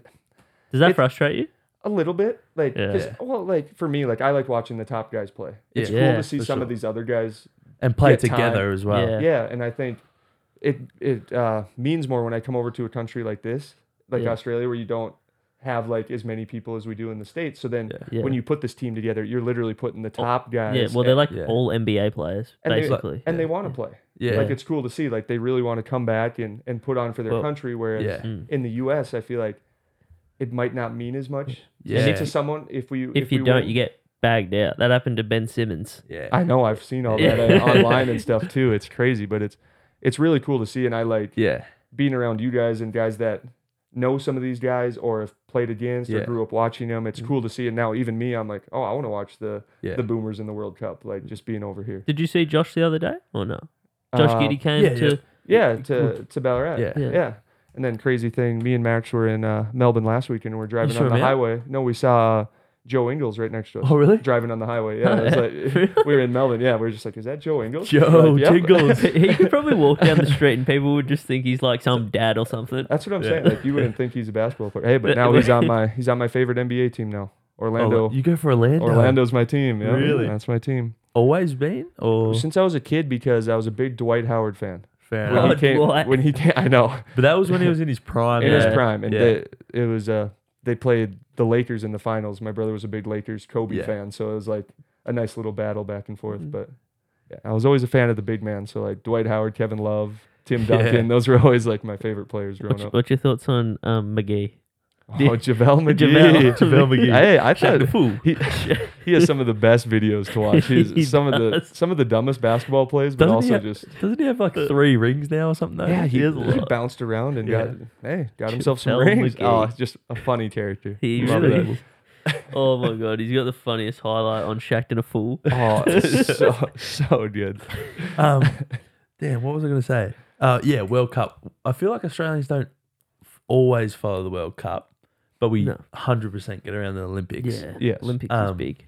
S3: Does that
S2: it's-
S3: frustrate you?
S2: a little bit like 'cause-
S1: Yeah.
S2: well like for me like I like watching the top guys play. It's
S1: Yeah.
S2: cool
S3: Yeah,
S2: to see
S1: for
S2: some
S1: sure.
S2: of these other guys.
S1: and play
S2: get time.
S1: together as well.
S3: Yeah.
S2: Yeah, and I think it it uh, means more when I come over to a country like this, like
S3: Yeah.
S2: Australia where you don't have like as many people as we do in the states. So then
S1: Yeah.
S3: Yeah.
S2: when you put this team together, you're literally putting the top guys.
S3: yeah, well they're
S2: and-
S3: like
S1: yeah.
S3: all NBA players,
S2: And they-
S3: basically.
S2: and they want to play.
S1: Yeah.
S2: Like it's cool to see. Like they really want to come back and, and put on for their
S1: Well,
S2: country. Whereas
S1: yeah.
S3: Mm.
S2: in the U.S., I feel like it might not mean as much
S1: Yeah.
S2: to someone if we
S3: If you
S2: we
S3: don't,
S2: win.
S3: you get bagged out. That happened to Ben Simmons.
S1: yeah.
S2: I know I've seen all that
S3: Yeah.
S2: uh, online and stuff too. It's crazy, but it's it's really cool to see. And I like
S1: yeah.
S2: being around you guys and guys that know some of these guys or have played against
S1: Yeah. Mm-hmm.
S2: or grew up watching them. It's cool to see. And now even me, I'm like, oh, I want to watch the
S1: Yeah.
S2: the Boomers in the World Cup. Like just being over here.
S3: Did you see Josh the other day or no? Josh
S2: Uh,
S3: Giddy came
S1: yeah,
S3: to
S1: yeah.
S2: Yeah, to to Ballarat.
S1: Yeah.
S3: Yeah.
S2: yeah. And then crazy thing, me and Max were in uh, Melbourne last week, and we we're driving
S1: saw
S2: on the
S1: him out?
S2: highway. No, we saw uh, Joe Ingles right next to us.
S1: Oh, really?
S2: Driving on the highway. Yeah, it was like, we were in Melbourne. Yeah, we were just like, is that Joe Ingles? We're
S1: Joe
S2: like, "Yep."
S1: Jingles.
S3: he could probably walk down the street and people would just think he's like some dad or something.
S2: That's what I'm
S1: Yeah.
S2: saying. Like you wouldn't think he's a basketball player. Hey,
S3: But-
S2: but now he's on my he's on my favorite NBA team now. Orlando.
S1: Oh, you go for Orlando.
S2: Orlando's my team. Yeah,
S1: Really?
S2: That's my team.
S1: Always been or
S2: Since I was a kid, because I was a big Dwight Howard fan.
S1: fair
S2: When
S1: enough.
S3: Oh,
S2: he came,
S3: Dwight.
S2: when he came, I know.
S1: But that was when he was in his prime.
S2: in his
S3: Yeah.
S2: prime, and
S1: Yeah.
S2: they, it was uh they played the Lakers in the finals. My brother was a big Lakers Kobe
S1: Yeah.
S2: fan, so it was like a nice little battle back and forth. But yeah, I was always a fan of the big man. So like Dwight Howard, Kevin Love, Tim
S1: Yeah.
S2: Duncan, those were always like my favorite players growing
S3: What's,
S2: up.
S3: what's your thoughts on um, McGee?
S2: Oh, JaVale McGee.
S3: JaVale.
S1: JaVale McGee.
S2: Hey, I
S3: Shaq
S2: thought
S3: the fool.
S2: he, he has some of the best videos to watch. He's
S3: He
S2: some of the
S3: does.
S2: some of the dumbest basketball plays, but
S1: Doesn't he
S2: also
S1: have-
S2: just
S1: Doesn't he have like
S3: Uh,
S1: three rings now or something? Though?
S2: yeah, he,
S1: has a
S2: he
S1: lot.
S2: bounced around and
S1: Yeah.
S2: got hey got himself some
S3: JaVale
S2: rings.
S3: McGee.
S2: Oh, just a funny character.
S3: He
S2: Love
S3: really-
S2: that.
S3: Oh my god, he's got the funniest highlight on Shaq and a fool.
S2: Oh, it's so so good.
S1: Um, damn, what was I going to say? Uh, yeah, World Cup. I feel like Australians don't f- always follow the World Cup, but we
S3: No.
S1: 100% get around the Olympics.
S3: Yeah,
S2: Yes.
S3: Olympics is
S1: Um,
S3: big.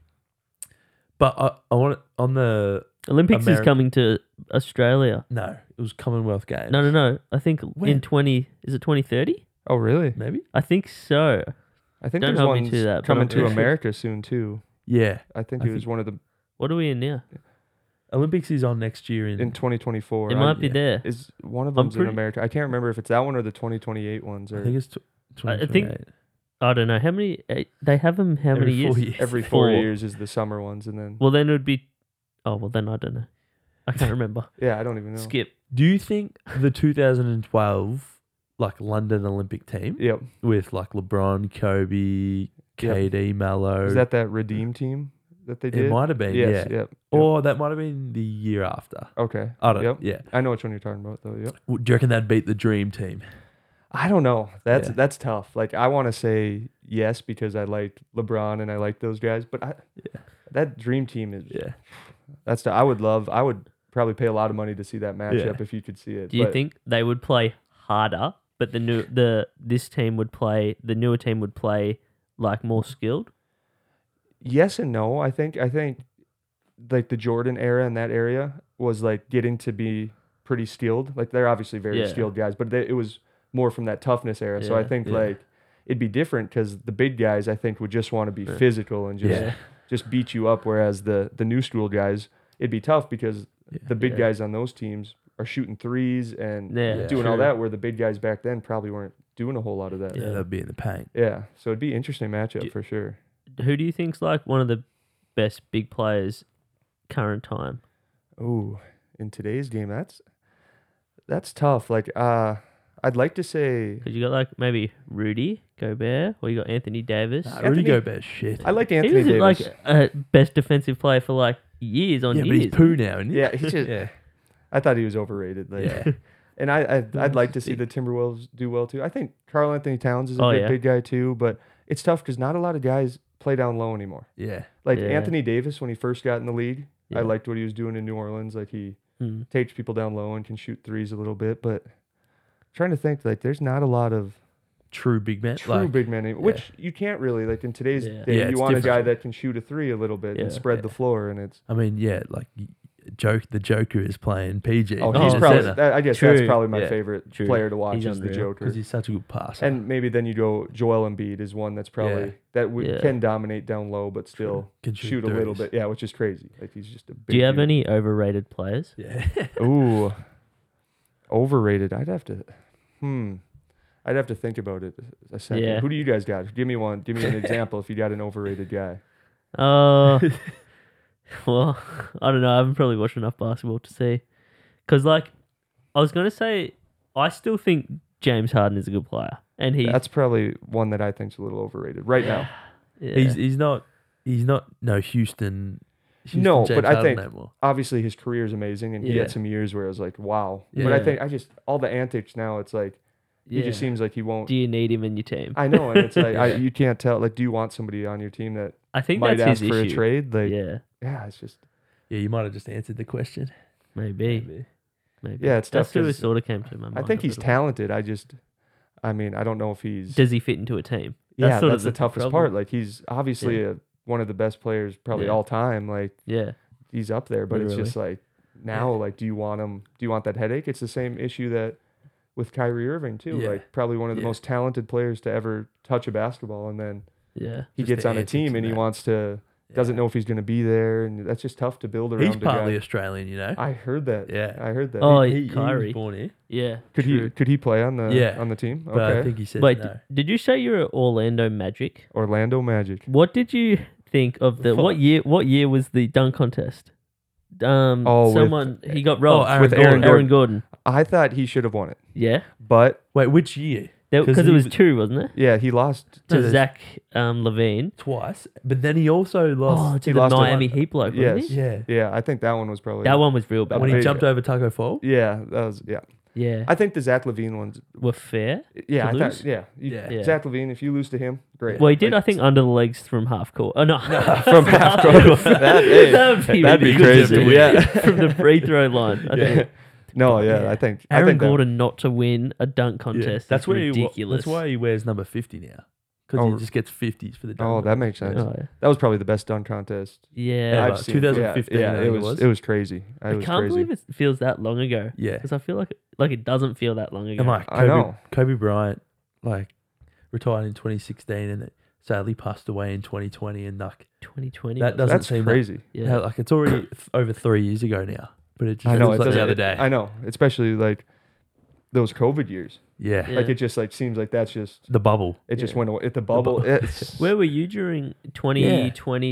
S1: But I, I want on the
S3: Olympics is
S1: America-
S3: coming to Australia.
S1: no, it was Commonwealth Games.
S3: No, no, no. I think in
S1: When?
S3: twenty is it twenty thirty?
S2: Oh, really?
S1: maybe.
S3: I think so.
S2: I think
S3: Don't
S2: there's
S3: hold me
S2: ones
S3: to that, but
S2: coming
S3: I'm
S2: to
S3: pretty-
S2: America soon too.
S1: Yeah,
S2: I think
S1: I
S2: it was
S1: think-
S2: one of the
S3: What are we in now?
S1: Olympics is on next year in,
S2: in 2024.
S3: It
S2: I-
S3: might be
S1: yeah.
S3: there.
S2: is one of
S3: I'm
S2: them's
S3: pretty-
S2: in America. I can't remember if it's that one or the 2028 ones
S1: I
S2: or
S1: think it's tw-
S3: I- I think
S1: 2028.
S3: I don't know how many eh, they have them. How
S1: Every
S3: many
S1: four
S3: years?
S1: years.
S2: every four
S3: Four.
S2: years is the summer ones and then
S3: Well, then it would be. Oh well, then I don't know. I can't remember.
S2: yeah, I don't even know.
S3: Skip.
S1: Do you think the 2012 like London Olympic team
S2: Yep.
S1: with like LeBron, Kobe, KD, Mallow?
S2: Is that that redeem team that they
S1: it
S2: did?
S1: might have been, yeah.
S2: Yes, Yep.
S1: Or that might have been the year after.
S2: Okay.
S1: I don't.
S2: Yep.
S1: Yeah.
S2: I know which one you're talking about though. Yep.
S1: W- Do you reckon that'd beat the dream team?
S2: I don't know. That's
S1: Yeah.
S2: that's tough. Like I want to say yes because I like LeBron and I like those guys, but I that dream team is
S1: Yeah.
S2: that's the, I would love. I would probably pay a lot of money to see that matchup if you could see it.
S3: Do you
S2: but
S3: think they would play harder, but the new the this team would play the newer team would play like more skilled?
S2: yes and no. I think I think like the Jordan era in that area was like getting to be pretty skilled. Like they're obviously very
S3: Yeah.
S2: skilled guys, but they, it was more from that toughness era. so I
S3: Yeah,
S2: think
S1: yeah.
S2: like it'd be different because the big guys I think would just want to be physical and just
S1: Yeah.
S2: just beat you up. Whereas the the new school guys, it'd be tough because
S1: Yeah.
S2: the big
S3: Yeah.
S2: guys on those teams are shooting threes and
S3: Yeah,
S2: doing all
S3: true.
S2: that. Where the big guys back then probably weren't doing a whole lot of that.
S1: Yeah,
S3: Yeah.
S1: that'd be in the paint.
S2: Yeah, so it'd be an interesting matchup
S3: Do-
S2: for sure.
S3: Who do you think's like one of the best big players current time?
S2: Ooh, in today's game, that's that's tough. Like, uh, I'd like to say
S3: Because you got like maybe Rudy Gobert, or you got Anthony Davis.
S1: Nah, Rudy
S2: Anthony-
S1: Gobert, shit.
S2: I like
S3: he
S2: Anthony
S3: was
S2: Davis.
S3: like a best defensive player for like years on
S1: yeah, but
S3: years.
S1: he's poo now, isn't he?
S2: yeah, he just,
S1: Yeah.
S2: I thought he was overrated. Like,
S1: Yeah.
S2: and I, I I'd like to see the Timberwolves do well too. I think Carl Anthony Towns is a
S3: Oh,
S2: good
S3: yeah.
S2: big guy too, but it's tough because not a lot of guys play down low anymore.
S1: Yeah.
S2: Like
S3: Yeah.
S2: Anthony Davis when he first got in the league,
S3: Yeah.
S2: I liked what he was doing in New Orleans. Like he
S3: Hmm.
S2: takes people down low and can shoot threes a little bit, but trying to think like there's not a lot of
S1: True big man.
S2: true
S1: like,
S2: big man, any- which you can't really like in today's
S3: Yeah.
S2: day.
S1: Yeah,
S2: you
S1: it's
S2: want a guy
S1: different.
S2: that can shoot a three a little bit
S3: Yeah.
S2: and spread the floor, and it's
S1: I mean, yeah, like y- joke. The Joker is playing PG.
S2: oh,
S3: Oh,
S2: he's
S3: yeah.
S2: probably
S3: Center.
S2: that, I guess that's
S3: True.
S2: probably my
S1: Yeah.
S2: favorite
S3: True.
S2: player to watch
S3: He's
S2: is the
S3: unreal.
S2: Joker.
S1: because he's such a good passer.
S2: And maybe then you go Joel Embiid is one that's probably
S1: Yeah.
S2: that w-
S3: Yeah.
S2: can dominate down low, but still
S1: Can
S2: shoot,
S1: shoot
S2: a little
S1: threes.
S2: bit. Yeah, which is crazy. Like he's just a. Big
S3: Do you have
S2: dude.
S3: any overrated players?
S1: yeah,
S2: Ooh, overrated. I'd have to. Hmm. I'd have to think about it a second.
S3: Yeah.
S2: Who do you guys got? Give me one. Give me an example if you got an overrated guy.
S3: Uh, well, I don't know. I haven't probably watched enough basketball to see. Because, like, I was going to say, I still think James Harden is a good player. And he,
S2: That's probably one that I think's a little overrated right now.
S3: yeah,
S1: he's he's not he's not no Houston. Houston
S2: No, but
S1: James
S2: I
S1: Harden
S2: think-
S1: no more.
S2: Obviously, his career is amazing, and he
S3: Yeah.
S2: had some years where I was like, "Wow." But I
S3: Yeah.
S2: think I just all the antics now. It's like he just
S3: yeah.
S2: seems like he won't.
S3: Do you need him in your team? I,
S2: I know, and it's like I, you can't tell. Like, do you want somebody on your team that
S3: think
S2: might ask
S3: that's his
S2: for a
S3: issue.
S2: trade? Like, yeah.
S3: Yeah,
S2: it's just
S1: Yeah, you might have just answered the question.
S3: maybe. Maybe.
S2: Yeah, it's
S3: That's
S2: tough
S3: who it
S2: 'cause
S3: sort of came to my mind.
S2: I
S3: a
S2: think he's
S3: bit.
S2: talented. I just, I mean, I don't know if he's.
S3: Does he fit into a team?
S2: yeah,
S3: sort of
S2: that's the,
S3: the
S2: toughest
S3: problem.
S2: part. Like, he's obviously a, one of the best players probably
S3: Yeah.
S2: all time. Like,
S3: Yeah.
S2: he's up there, but
S3: Literally.
S2: it's just like now, like, do you want him? Do you want that headache? It's the same issue that with Kyrie Irving too.
S1: Yeah.
S2: Like, probably one of the
S1: Yeah.
S2: most talented players to ever touch a basketball, and then
S3: Yeah.
S2: he
S1: Just
S2: gets
S1: the
S2: on a
S1: antics
S2: team
S1: and
S2: and he
S1: that.
S2: wants to. Doesn't know if he's going to be there, and that's just tough to build around.
S1: He's
S2: a
S1: partly
S2: guy.
S1: Australian, you know.
S2: I heard that.
S1: Yeah.
S2: I heard that.
S3: Oh,
S1: He- he- he was
S3: Kyrie.
S1: born here,
S3: Yeah.
S2: Could he
S3: true.
S2: could he play on the
S1: Yeah.
S2: on the team?
S1: but I
S2: Okay.
S1: think he said
S3: Wait,
S1: no.
S3: did you say you're at Orlando Magic?
S2: Orlando Magic.
S3: What did you think of the what year? What year was the dunk contest? Um,
S2: Oh, with- Oh,
S3: someone he got robbed
S1: Aaron
S3: with
S2: Gordon.
S3: Aaron Gordon.
S2: I thought he should have won it,
S3: Yeah,
S2: but
S1: Wait, which year? 'Cause
S3: Because it
S1: he
S3: was
S1: was-
S3: two, wasn't it?
S2: Yeah, he lost.
S1: No,
S3: To
S1: there's-
S3: Zach um, Levine.
S1: twice, but then he also
S3: Oh,
S1: lost.
S3: to
S2: he
S3: the
S2: lost to
S3: Miami
S2: one-
S3: Heat bloke, wasn't
S2: Yes.
S3: he?
S1: yeah,
S2: Yeah, I think that one was probably
S3: That one was real
S2: That
S3: bad.
S1: when he
S2: big-
S1: jumped over Taco Fall.
S2: Yeah, that was yeah.
S3: Yeah.
S2: I think the Zach Levine one's
S3: Were fair.
S2: yeah.
S3: To
S2: I
S3: lose?
S2: thought yeah, you-
S1: Yeah.
S3: Yeah.
S2: Zach Levine. If you lose to him, great.
S3: Well, he did,
S2: Like,
S3: I think, under the legs from half court. Oh, no.
S2: from half court. that, hey,
S3: That would be
S2: that'd be
S3: ridiculous.
S2: crazy. Yeah.
S3: from the free throw line. I
S2: yeah.
S3: think.
S2: No, yeah, I think I
S3: Aaron
S2: think that-
S3: Gordon not to win a dunk
S1: Yeah,
S3: contest.
S1: that's
S3: is
S1: where He, wa-
S3: ridiculous.
S1: that's why he wears number fifty now, because
S2: Oh.
S1: he just gets fifties for the dunk.
S2: Oh, that makes sense.
S3: Oh, yeah.
S2: That was probably the best dunk contest.
S3: Yeah.
S1: Ever.
S2: I've seen.
S1: 2015,
S2: Yeah,
S1: I
S2: yeah
S1: think
S2: it
S1: it
S2: was,
S1: was.
S2: It was crazy. It
S3: I
S2: was
S3: can't
S2: crazy.
S3: believe it feels that long ago.
S1: yeah.
S3: Because I feel like like it doesn't feel that long ago.
S1: And like
S2: I
S1: Kobe,
S2: know.
S1: Kobe Bryant, like retired in 2016, and it sadly passed away in 2020. And like
S3: 2020.
S1: that doesn't
S2: That's
S1: seem that-
S2: crazy.
S3: yeah.
S1: how- like it's already th- over three years ago now. But it just
S2: I know.
S1: feels
S2: It
S1: like the
S2: doesn't-
S1: other
S2: it-
S1: day.
S2: I know, especially like those COVID years.
S1: yeah.
S3: Yeah.
S2: Like it just like seems like that's just
S1: the bubble.
S2: it just
S3: Yeah.
S2: went away. At the bubble.
S1: bubble.
S2: It's,
S3: Where were you during 2020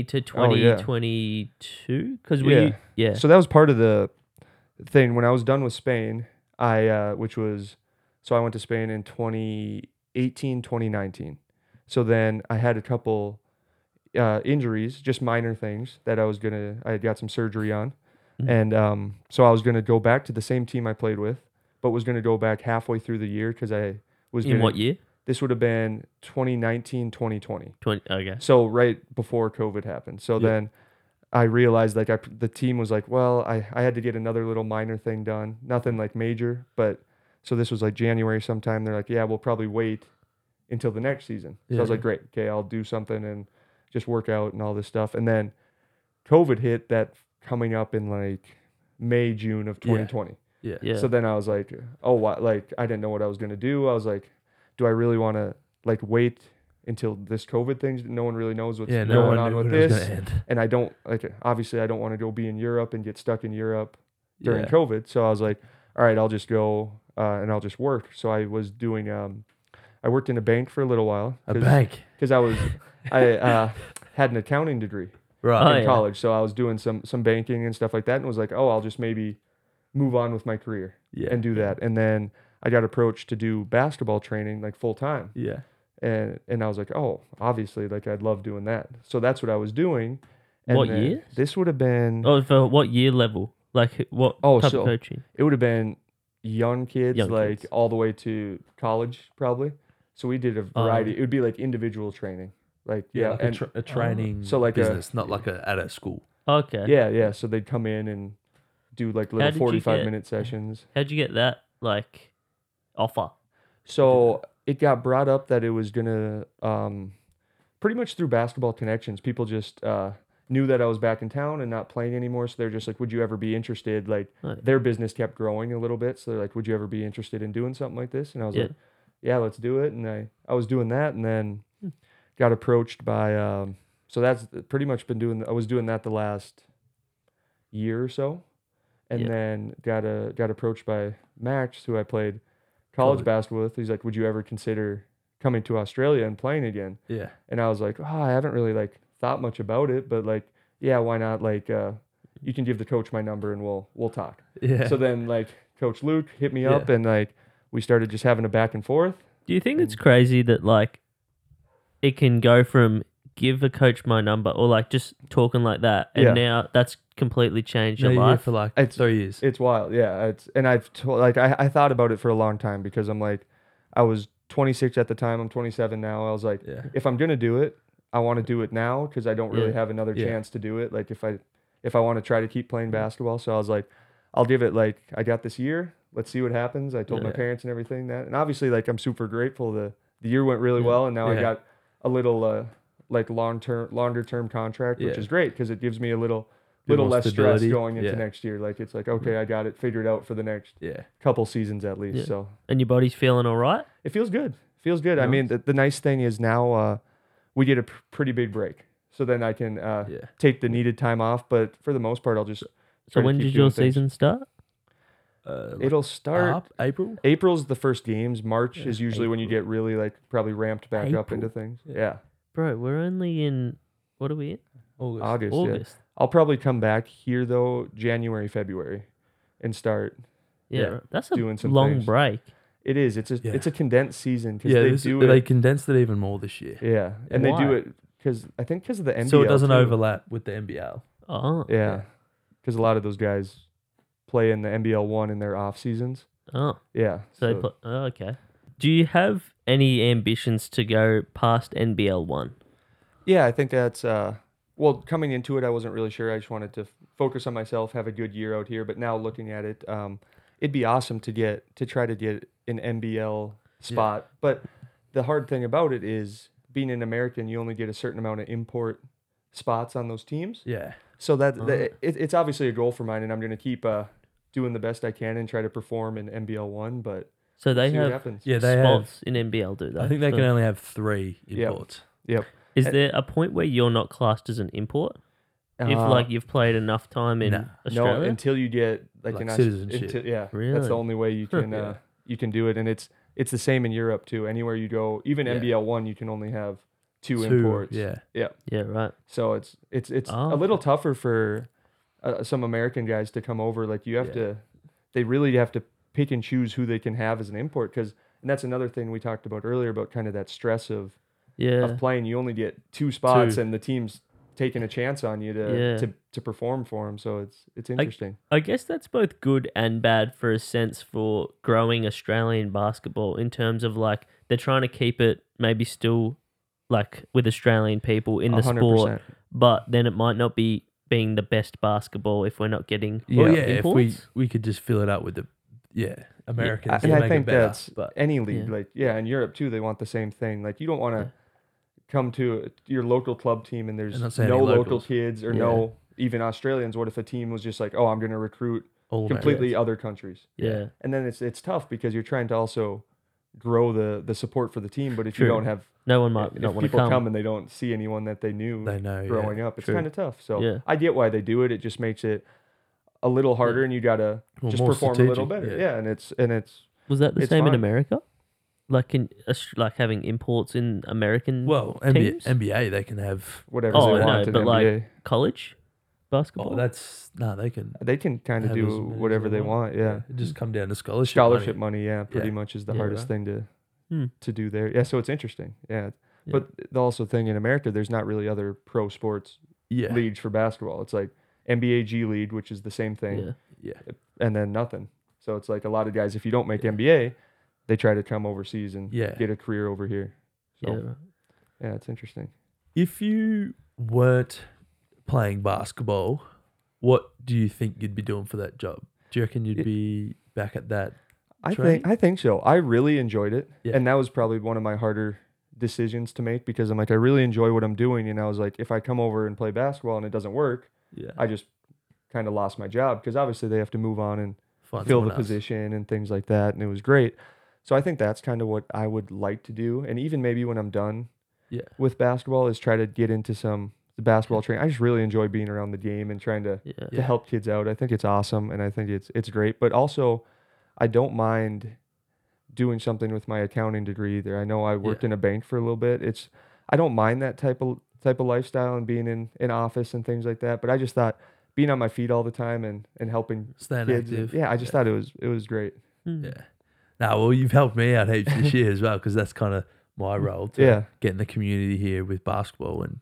S3: to
S2: Oh, yeah.
S3: 2022? Because we, yeah.
S2: Yeah. So that was part of the thing when I was done with Spain. I uh, which was so I went to Spain in 2018, 2019. So then I had a couple uh, injuries, just minor things that I was gonna. I had got some surgery on,
S3: Mhm.
S2: and um, so I was gonna go back to the same team I played with, but was gonna go back halfway through the year because I was
S3: in
S2: gonna-
S3: what year?
S2: This would have been 2019, 2020.
S3: 20. Okay.
S2: So right before COVID happened. So
S1: Yeah.
S2: then I realized like I p- the team was like, well, I I had to get another little minor thing done, nothing like major, but so this was like January sometime. They're like, yeah, we'll probably wait until the next season. So I was
S1: Yeah.
S2: like, great, okay, I'll do something and just work out and all this stuff. And then COVID hit that coming up in like May June of
S1: Yeah.
S2: 2020.
S1: Yeah.
S3: Yeah.
S2: So then I was like, oh, what? Like, I didn't know what I was gonna do. I was like, do I really want to like wait until this COVID thing? No one really knows what's
S1: Yeah, no,
S2: going
S1: one
S2: on
S1: knew
S2: with
S1: when it was
S2: this,
S1: gonna end.
S2: and I don't like. Obviously, I don't want to go be in Europe and get stuck in Europe during
S1: Yeah.
S2: COVID. So I was like, all right, I'll just go uh, and I'll just work. So I was doing. um I worked in a bank for a little while
S1: A bank.
S2: because I was I uh, had an accounting degree
S1: Right.
S3: Oh,
S2: in
S3: yeah.
S2: college, so I was doing some some banking and stuff like that, and was like, oh, I'll just maybe move on with my career
S1: yeah.
S2: and do that. And then I got approached to do basketball training like full time.
S1: yeah.
S2: And and I was like, oh, obviously, like I'd love doing that. So that's what I was doing. And
S3: What
S2: then
S3: year?
S2: This would have been
S3: Oh, for what year level? Like what
S2: Oh,
S3: type
S2: so-
S3: of coaching?
S2: it would have been young kids,
S3: Young
S2: like
S3: kids.
S2: all the way to college probably. So we did a
S3: Oh.
S2: variety. It would be like individual training, like
S1: Yeah.
S2: yeah,
S1: like a,
S2: and
S1: tra- a training
S2: So like a-
S1: business, not like a at a school.
S3: Okay.
S2: yeah, yeah. So they'd come in and do like little
S3: did you
S2: forty-five
S3: get-
S2: minute sessions.
S3: How'd you get that like offer?
S2: So it got brought up that it was gonna um, pretty much through basketball connections. People just uh, knew that I was back in town and not playing anymore. So they're just like, "Would you ever be interested?" Like
S3: Right.
S2: their business kept growing a little bit, so they're like, "Would you ever be interested in doing something like this?" And I was
S3: Yeah.
S2: like, "Yeah, let's do it." And I I was doing that, and then got approached by. Um, so that's pretty much been doing. I was doing that the last year or so, and
S3: Yeah.
S2: then got a got approached by Max, who I played college
S1: College.
S2: basketball with. He's like, "Would you ever consider coming to Australia and playing again?"
S1: Yeah.
S2: And I was like, "Oh, I haven't really like thought much about it, but like, yeah, why not? Like, uh, you can give the coach my number and we'll we'll talk."
S1: Yeah.
S2: So then like Coach Luke hit me
S1: Yeah.
S2: up and like we started just having a back and forth.
S3: Do you think it's
S2: Mm.
S3: crazy that like it can go from give a coach my number or like just talking like that and
S2: Yeah.
S3: now that's completely changed
S1: No,
S3: your
S1: you did it
S3: life?
S1: for like
S2: It's-
S1: three years.
S2: It's wild, yeah. It's and I've told like I, I thought about it for a long time because I'm like, I was 26 at the time. I'm 27 now. I was like,
S1: yeah.
S2: if I'm gonna do it, I want to do it now because I don't really
S3: Yeah.
S2: have another
S1: Yeah.
S2: chance to do it. Like if I if I want to try to keep playing basketball, so I was like, I'll give it like I got this year. Let's see what happens. I told my
S1: Yeah.
S2: parents and everything that, and obviously like I'm super grateful. The the year went really well, and now
S1: Yeah.
S2: I got a little uh, like long term, longer term contract, which
S1: Yeah.
S2: is great because it gives me a little
S1: Bit
S2: little
S1: more
S2: less
S1: stability.
S2: stress going into
S1: Yeah.
S2: next year. Like it's like okay, I got it figured out for the next
S1: Yeah.
S2: couple seasons at least.
S3: Yeah.
S2: So
S3: And your body's feeling all right?
S2: it feels good. feels good. I mean, the, the nice thing is now uh, we get a pr- pretty big break, so then I can uh,
S1: Yeah.
S2: take the needed time off. But for the most part, I'll just.
S3: So
S2: try to
S3: when
S2: keep
S3: did your
S2: doing things.
S3: season start?
S1: Uh, like
S2: It'll start.
S1: up April.
S2: April's the first games. March is usually when you
S1: April.
S2: get really like probably ramped back up into things. Yeah,
S3: Bro, we're only in what are we in?
S1: August.
S2: August. Yeah.
S3: August.
S2: I'll probably come back here though January, February, and start.
S3: Yeah,
S1: Yeah.
S3: right. that's a
S2: Doing some
S3: long
S2: things.
S3: break.
S2: It is. It's a
S1: Yeah.
S2: it's a condensed season because
S1: Yeah,
S2: they
S1: this-
S2: do
S1: they
S2: it.
S1: condensed it even more this year,
S2: yeah, and they do
S3: Why?
S2: it because I think because of the NBL.
S1: so it doesn't
S2: too.
S1: overlap with the NBL.
S3: Oh,
S2: Yeah, because a lot of those guys play in the NBL one in their off seasons.
S3: oh,
S2: Yeah.
S3: so, they put, oh, okay. Do you have any ambitions to go past NBL one?
S2: Yeah, I think that's uh well, coming into it I wasn't really sure. I just wanted to f- focus on myself, have a good year out here, but now looking at it, um it'd be awesome to get to try to get an NBL spot. But the hard thing about it is being an American, you only get a certain amount of import spots on those teams.
S1: Yeah,
S2: So that, that-
S3: Ah.
S2: it, it's obviously a goal for mine and I'm going to keep uh doing the best I can and try to perform in NBL 1, but
S3: So they
S2: see what
S3: have
S2: happens.
S1: yeah, they have.
S3: spots in NBL, do they?
S1: I think they
S3: So
S1: can only have three
S2: Yeah.
S1: imports.
S2: Yep.
S3: Is there a point where you're not classed as an import if
S2: Uh,
S3: like you've played enough time in
S1: Nah. No,
S3: Australia?
S2: No, until you get like,
S1: Like
S2: an Aus-
S1: citizenship.
S2: until- yeah, that's
S3: Really?
S2: the only way you
S3: Huh.
S2: can
S1: Yeah.
S2: uh, you can do it, and it's it's the same in Europe too. Anywhere you go, even
S1: Yeah.
S2: NBL one, you can only have two,
S1: Two,
S2: imports.
S1: Yeah,
S3: yeah, right.
S2: So it's it's it's
S3: Oh,
S2: a little tougher for uh, some American guys to come over. Like you have
S1: Yeah.
S2: to, they really have to pick and choose who they can have as an import because. And that's another thing we talked about earlier about kind of that stress of,
S3: Yeah.
S2: of playing. You only get two spots,
S1: Two.
S2: and the team's taking a chance on you to
S3: Yeah.
S2: to, to perform for them. So it's it's interesting.
S3: I guess that's both good and bad for a sense for growing Australian basketball in terms of like they're trying to keep it maybe still like with Australian people in the
S2: 100%.
S3: sport, but then it might not be being the best basketball if we're not getting
S1: Well, Oh, yeah. If
S3: imports.
S1: we we could just fill it up with the yeah Americans,
S2: and
S1: will
S2: I
S1: make
S2: think
S1: it better,
S2: that's
S1: but
S2: any league,
S3: Yeah.
S2: like yeah, in Europe too, they want the same thing. Like you don't want to
S3: Yeah.
S2: come to your local club team and there's
S1: And not say any
S2: no local
S1: locals.
S2: kids or
S3: Yeah.
S2: no even Australians. What if a team was just like, oh, I'm going to recruit
S1: all
S2: completely other countries,
S3: yeah.
S2: and then it's it's tough because you're trying to also grow the the support for the team. But if
S1: True.
S2: you don't have
S3: No one might
S2: if
S3: not want to
S2: people come.
S3: come.
S2: and they don't see anyone that they knew
S1: Americans. They know. yeah.
S2: growing up, it's
S3: True.
S2: kind of tough. So
S3: Yeah.
S2: I get why they do it. It just makes it a little harder, and you gotta
S1: Well,
S2: just
S1: more
S2: perform a little
S1: strategic,
S2: better. Yeah. and it's and it's.
S3: Was that the
S2: It's
S3: same in
S2: fine.
S3: America? Like in Aus- like having imports in American
S1: Well, NBA,
S3: Mm-hmm. Teams?
S1: NBA, they can have.
S2: whatever
S3: Oh,
S2: they
S3: I know,
S2: want in
S3: but, like,
S2: NBA.
S3: college basketball.
S1: Oh, that's no. They can
S2: they can kind of
S1: have as
S2: do
S1: many as
S2: whatever
S1: they
S2: they want. Yeah,
S1: It just come down to scholarship.
S2: scholarship
S1: money.
S2: money. yeah, pretty
S1: Yeah.
S2: much is the
S3: Yeah,
S2: hardest thing to
S3: Hmm.
S2: to do there. Yeah, so it's interesting. Yeah.
S3: Yeah.
S2: but the also thing in America, there's not really other pro sports
S1: Yeah,
S2: leagues for basketball. It's like NBA G League, which is the same thing,
S3: yeah.
S2: and then nothing. So it's like a lot of guys, if you don't make NBA, they try to come overseas and
S1: Yeah.
S2: get a career over here. So
S3: yeah.
S2: yeah, it's interesting.
S1: If you weren't playing basketball, what do you think you'd be doing for that job? Do you reckon you'd
S2: It-
S1: be back at that?
S2: I
S1: Training?
S2: think I think so. I really enjoyed it,
S1: Yeah.
S2: and that was probably one of my harder decisions to make because I'm like, I really enjoy what I'm doing, and I was like, if I come over and play basketball and it doesn't work,
S1: Yeah,
S2: I just kind of lost my job because obviously they have to move on and
S1: Find
S2: fill
S1: someone
S2: the
S1: else.
S2: position and things like that, and it was great. So I think that's kind of what I would like to do, and even maybe when I'm done,
S1: Yeah.
S2: with basketball, is try to get into some basketball training. I just really enjoy being around the game and trying to
S3: Yeah.
S1: Yeah.
S2: to help kids out. I think it's awesome and I think it's it's great. But also I don't mind doing something with my accounting degree either. I know I worked in a bank for a little bit. It's I don't mind that type of type of lifestyle and being in an office and things like that. But I just thought being on my feet all the time and, and helping
S1: Staying
S2: kids.
S1: active.
S2: Yeah, I just thought it was it was great.
S3: Hmm.
S1: Yeah. Now, well, you've helped me out heaps this year as well because that's kind of my role to
S2: Mm, Yeah.
S1: get in the community here with basketball, and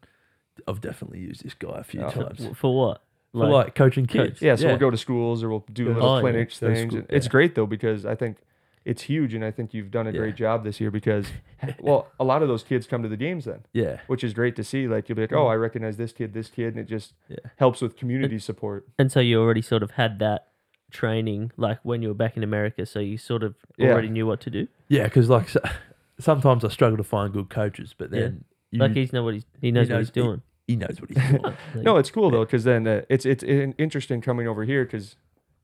S1: I've definitely used this guy a few
S2: Oh.
S1: times
S3: For, for what?
S1: for like coaching kids.
S2: Yeah, so we'll go to schools or we'll do
S1: Yeah.
S2: little
S3: Oh, yeah.
S2: clinics
S1: Those
S2: things.
S1: school-
S2: and It's
S1: yeah.
S2: great though because I think it's huge and I think you've done a
S1: Yeah.
S2: great job this year because well, a lot of those kids come to the games then.
S1: yeah,
S2: which is great to see. Like you'll be like, oh, I recognize this kid, this kid, and it just
S1: Yeah.
S2: helps with community support.
S3: and so you already sort of had that training like when you were back in America, so you sort of
S2: Yeah.
S3: already knew what to do.
S1: yeah. Because like so- sometimes I struggle to find good coaches, but
S3: Yeah.
S1: then you-
S3: Like he's know what he's he knows, what
S1: knows-
S3: he's doing.
S1: he knows what he's doing.
S2: No, it's cool though, because then uh, it's it's in- interesting coming over here because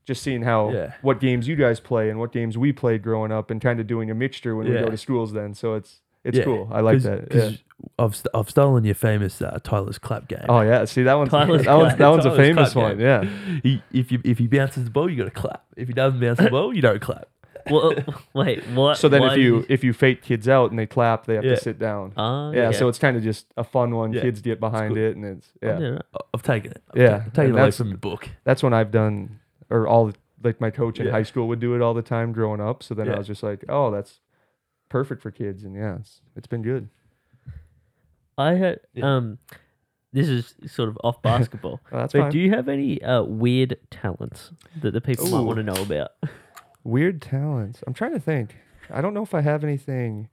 S2: just seeing how
S1: Yeah.
S2: what games you guys play and what games we played growing up, and kind of doing a mixture when we
S1: Yeah.
S2: go to schools. Then so it's it's
S1: Yeah,
S2: cool. I like
S1: 'Cause-
S2: that.
S1: 'cause
S2: yeah.
S1: I've st- I've stolen your famous uh, Tyler's clap game.
S2: Oh yeah, see that one's
S3: Tyler's
S2: that one's,
S3: clap-
S2: that one's a
S1: Tyler's
S2: famous
S1: clap
S2: one. Yeah,
S1: He, if you if he bounces the ball, you got to clap. If he doesn't bounce the ball, you don't clap.
S3: well, wait, what?
S2: so then
S3: why
S2: if
S3: did
S2: you if you fake kids out and they clap, they have
S1: Yeah. Uh-huh.
S2: to sit down.
S3: ah,
S2: yeah,
S3: okay.
S2: so it's kind of just a fun one.
S1: Yeah.
S2: Kids get behind
S1: cool.
S2: it, and it's
S3: yeah.
S2: yeah.
S3: right.
S1: I- I've taken it. I've
S2: Yeah,
S1: ta- taken
S2: and
S1: it away
S2: that's-
S1: from the book.
S2: That's when I've done or all like my coach in
S1: Yeah.
S2: high school would do it all the time growing up. So then
S1: Yeah.
S2: I was just like, oh, that's perfect for kids. And yeah, it's, it's been good.
S3: I had
S1: Yeah.
S3: um, this is sort of off basketball.
S2: Oh, that's
S3: but
S2: fine.
S3: do you have any uh, weird talents that the people might
S2: Ooh.
S3: want to know about?
S2: Weird talents. I'm trying to think. I don't know if I have anything.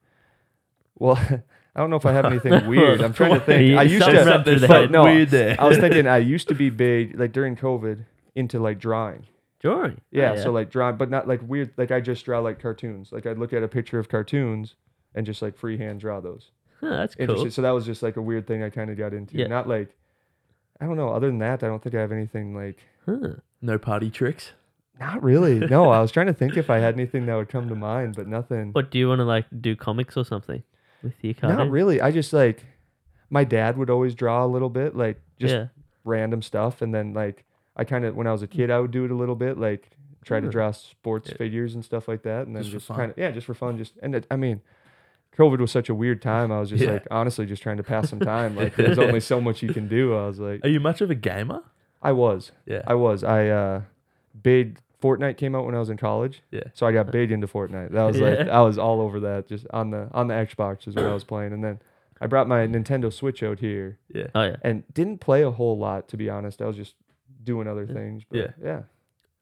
S2: Well, I don't know if I have anything weird. I'm trying to think. I
S3: You
S2: used
S3: said
S2: to.
S3: something
S2: but
S3: that
S2: no,
S1: weird there.
S2: I was thinking I used to be big like during COVID into like drawing.
S3: Drawing.
S2: Yeah,
S3: Oh,
S2: so like drawing, but not like weird. Like I just draw like cartoons. Like I'd look at a picture of cartoons and just like freehand draw those.
S3: Huh, that's
S2: Interesting.
S3: cool.
S2: So that was just like a weird thing I kind of got into.
S3: Yeah.
S2: Not like, I don't know. Other than that, I don't think I have anything like.
S3: Huh.
S1: No party tricks.
S2: Not really. No, I was trying to think if I had anything that would come to mind, but nothing.
S3: What do you want to like do comics or something with your cartoon?
S2: Not really. I just like my dad would always draw a little bit, like just
S3: yeah.
S2: random stuff, and then like I kind of when I was a kid, I would do it a little bit, like try to
S3: Hmm.
S2: draw sports
S1: Yeah.
S2: figures and stuff like that, and then
S1: Just
S2: just,
S1: for fun.
S2: kind of yeah, just for fun, just and it, I mean. COVID was such a weird time. I was just
S1: Yeah.
S2: like, honestly, just trying to pass some time. Like, there's only so much you can do. I was like,
S1: Are you much of a gamer?
S2: I was,
S1: Yeah.
S2: I was, I uh, big Fortnite came out when I was in college.
S1: Yeah.
S2: So I got big into Fortnite. That was like
S3: Yeah.
S2: I was all over that, just on the on the Xbox is what I was playing. And then I brought my Nintendo Switch out here
S1: yeah.
S3: Oh yeah.
S2: and didn't play a whole lot to be honest. I was just doing other things. But
S1: Yeah.
S2: yeah.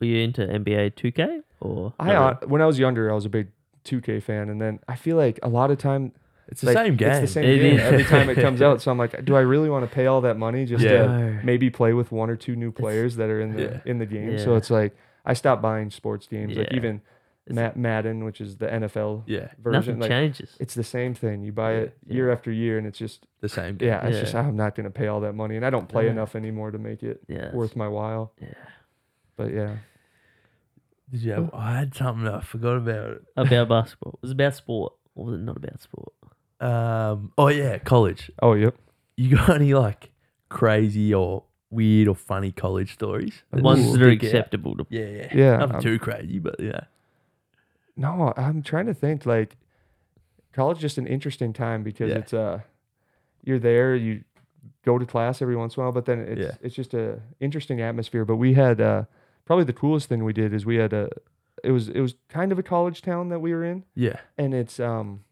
S3: Were you into NBA 2K or?
S2: I uh, when I was younger, I was a big 2K fan, and then I feel like a lot of time
S1: It's the
S2: like,
S1: same game.
S2: It's the same
S3: It
S2: game
S3: is.
S2: every time it comes out. So I'm like, do I really want to pay all that money just
S1: Yeah.
S2: to maybe play with one or two new players that are in the
S1: Yeah.
S2: in the game? So
S3: Yeah.
S2: it's like I stopped buying sports games, like
S3: Yeah.
S2: even
S3: It's-
S2: Ma- Madden, which is the NFL
S1: Yeah.
S2: version.
S3: Nothing
S2: like,
S3: changes.
S2: it's the same thing. You buy
S1: Yeah.
S2: it year after year, and it's just
S1: The same game.
S2: yeah, it's just
S3: Yeah.
S2: I'm not gonna pay all that money, and I don't play
S3: Yeah.
S2: enough anymore to make it
S3: yeah. it's-
S2: worth my while.
S3: Yeah.
S2: But yeah,
S1: Did you have, I had something I forgot about it.
S3: About basketball. It was about sport. Or was it not about sport?
S1: Um, oh yeah, college.
S2: oh yep,
S1: You got any like crazy or weird or funny college stories? that
S3: Ones
S1: just
S3: that are
S1: stick out?
S3: acceptable to.
S1: Yeah, yeah.
S2: yeah.
S1: Nothing
S2: um,
S1: too crazy, but yeah.
S2: no, I'm trying to think. Like college, is just an interesting time because
S1: Yeah.
S2: it's uh, you're there, you go to class every once in a while, but then it's
S1: Yeah.
S2: it's just a interesting atmosphere. But we had uh, probably the coolest thing we did is we had a it was it was kind of a college town that we were in.
S1: Yeah.
S2: and it's um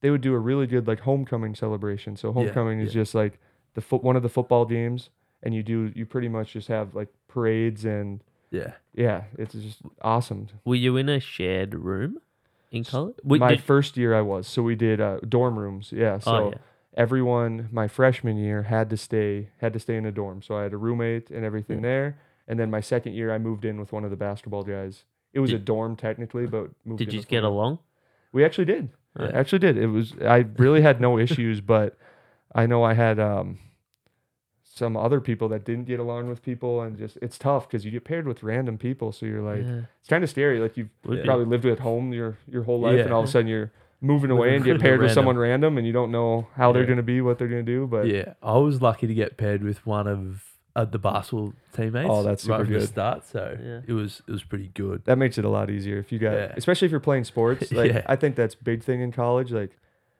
S2: they would do a really good like homecoming celebration so homecoming is
S1: yeah.
S2: just like the foot one of the football games and you do you pretty much just have like parades and
S1: Yeah.
S2: yeah it's just awesome
S3: Were you in a shared room in college?
S2: my first year i was so we did uh, dorm rooms yeah so
S3: oh yeah.
S2: everyone my freshman year had to stay had to stay in a dorm so i had a roommate and everything
S3: Yeah.
S2: there and then my second year i moved in with one of the basketball guys it was
S3: Did-
S2: a dorm technically but moved
S3: Did
S2: in
S3: you
S2: with
S3: get
S2: one of-
S3: along?
S2: We actually did.
S3: Yeah.
S2: Actually did. It was I really had no issues, but I know I had um some other people that didn't get along with people and just it's tough because you get paired with random people. So you're like
S3: yeah.
S2: it's kind of scary. Like you've
S3: Would
S2: probably lived at home your your whole life and all of
S3: Yeah.
S2: a sudden you're moving away and get
S1: Moving
S2: paired with
S1: random.
S2: someone random and you don't know how they're
S1: Yeah.
S2: gonna be, what they're gonna do. But
S1: yeah. I was lucky to get paired with one of uh, the basketball teammates.
S2: Oh, that's
S1: right
S2: super
S1: from the
S2: good.
S1: start. So
S3: Yeah.
S1: it was it was pretty good.
S2: that makes it a lot easier if you got
S1: Yeah.
S2: especially if you're playing sports like
S1: Yeah.
S2: i think that's big thing in college like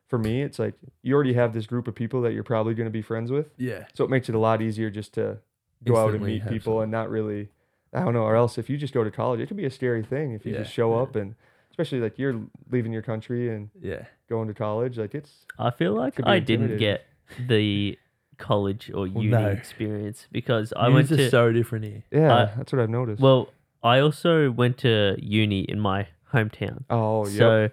S2: for me it's like you already have this group of people that you're probably going to be friends with
S1: Yeah.
S2: So it makes it a lot easier just to go out and
S1: Instantly
S2: meet
S1: have
S2: people
S1: some-
S2: and not really, I don't know, or else if you just go to college, it could be a scary thing if you
S1: Yeah,
S2: just show
S1: yeah.
S2: up and especially like you're leaving your country and
S1: Yeah.
S2: going to college. Like it's,
S3: I feel like
S2: could be
S3: I didn't get
S2: intimidating.
S3: the college or uni
S1: no.
S3: experience because I
S1: Unis
S3: went
S1: are
S3: to
S1: so different here.
S2: yeah, that's what I've noticed.
S3: well, I also went to uni in my hometown.
S2: oh, yeah,
S3: so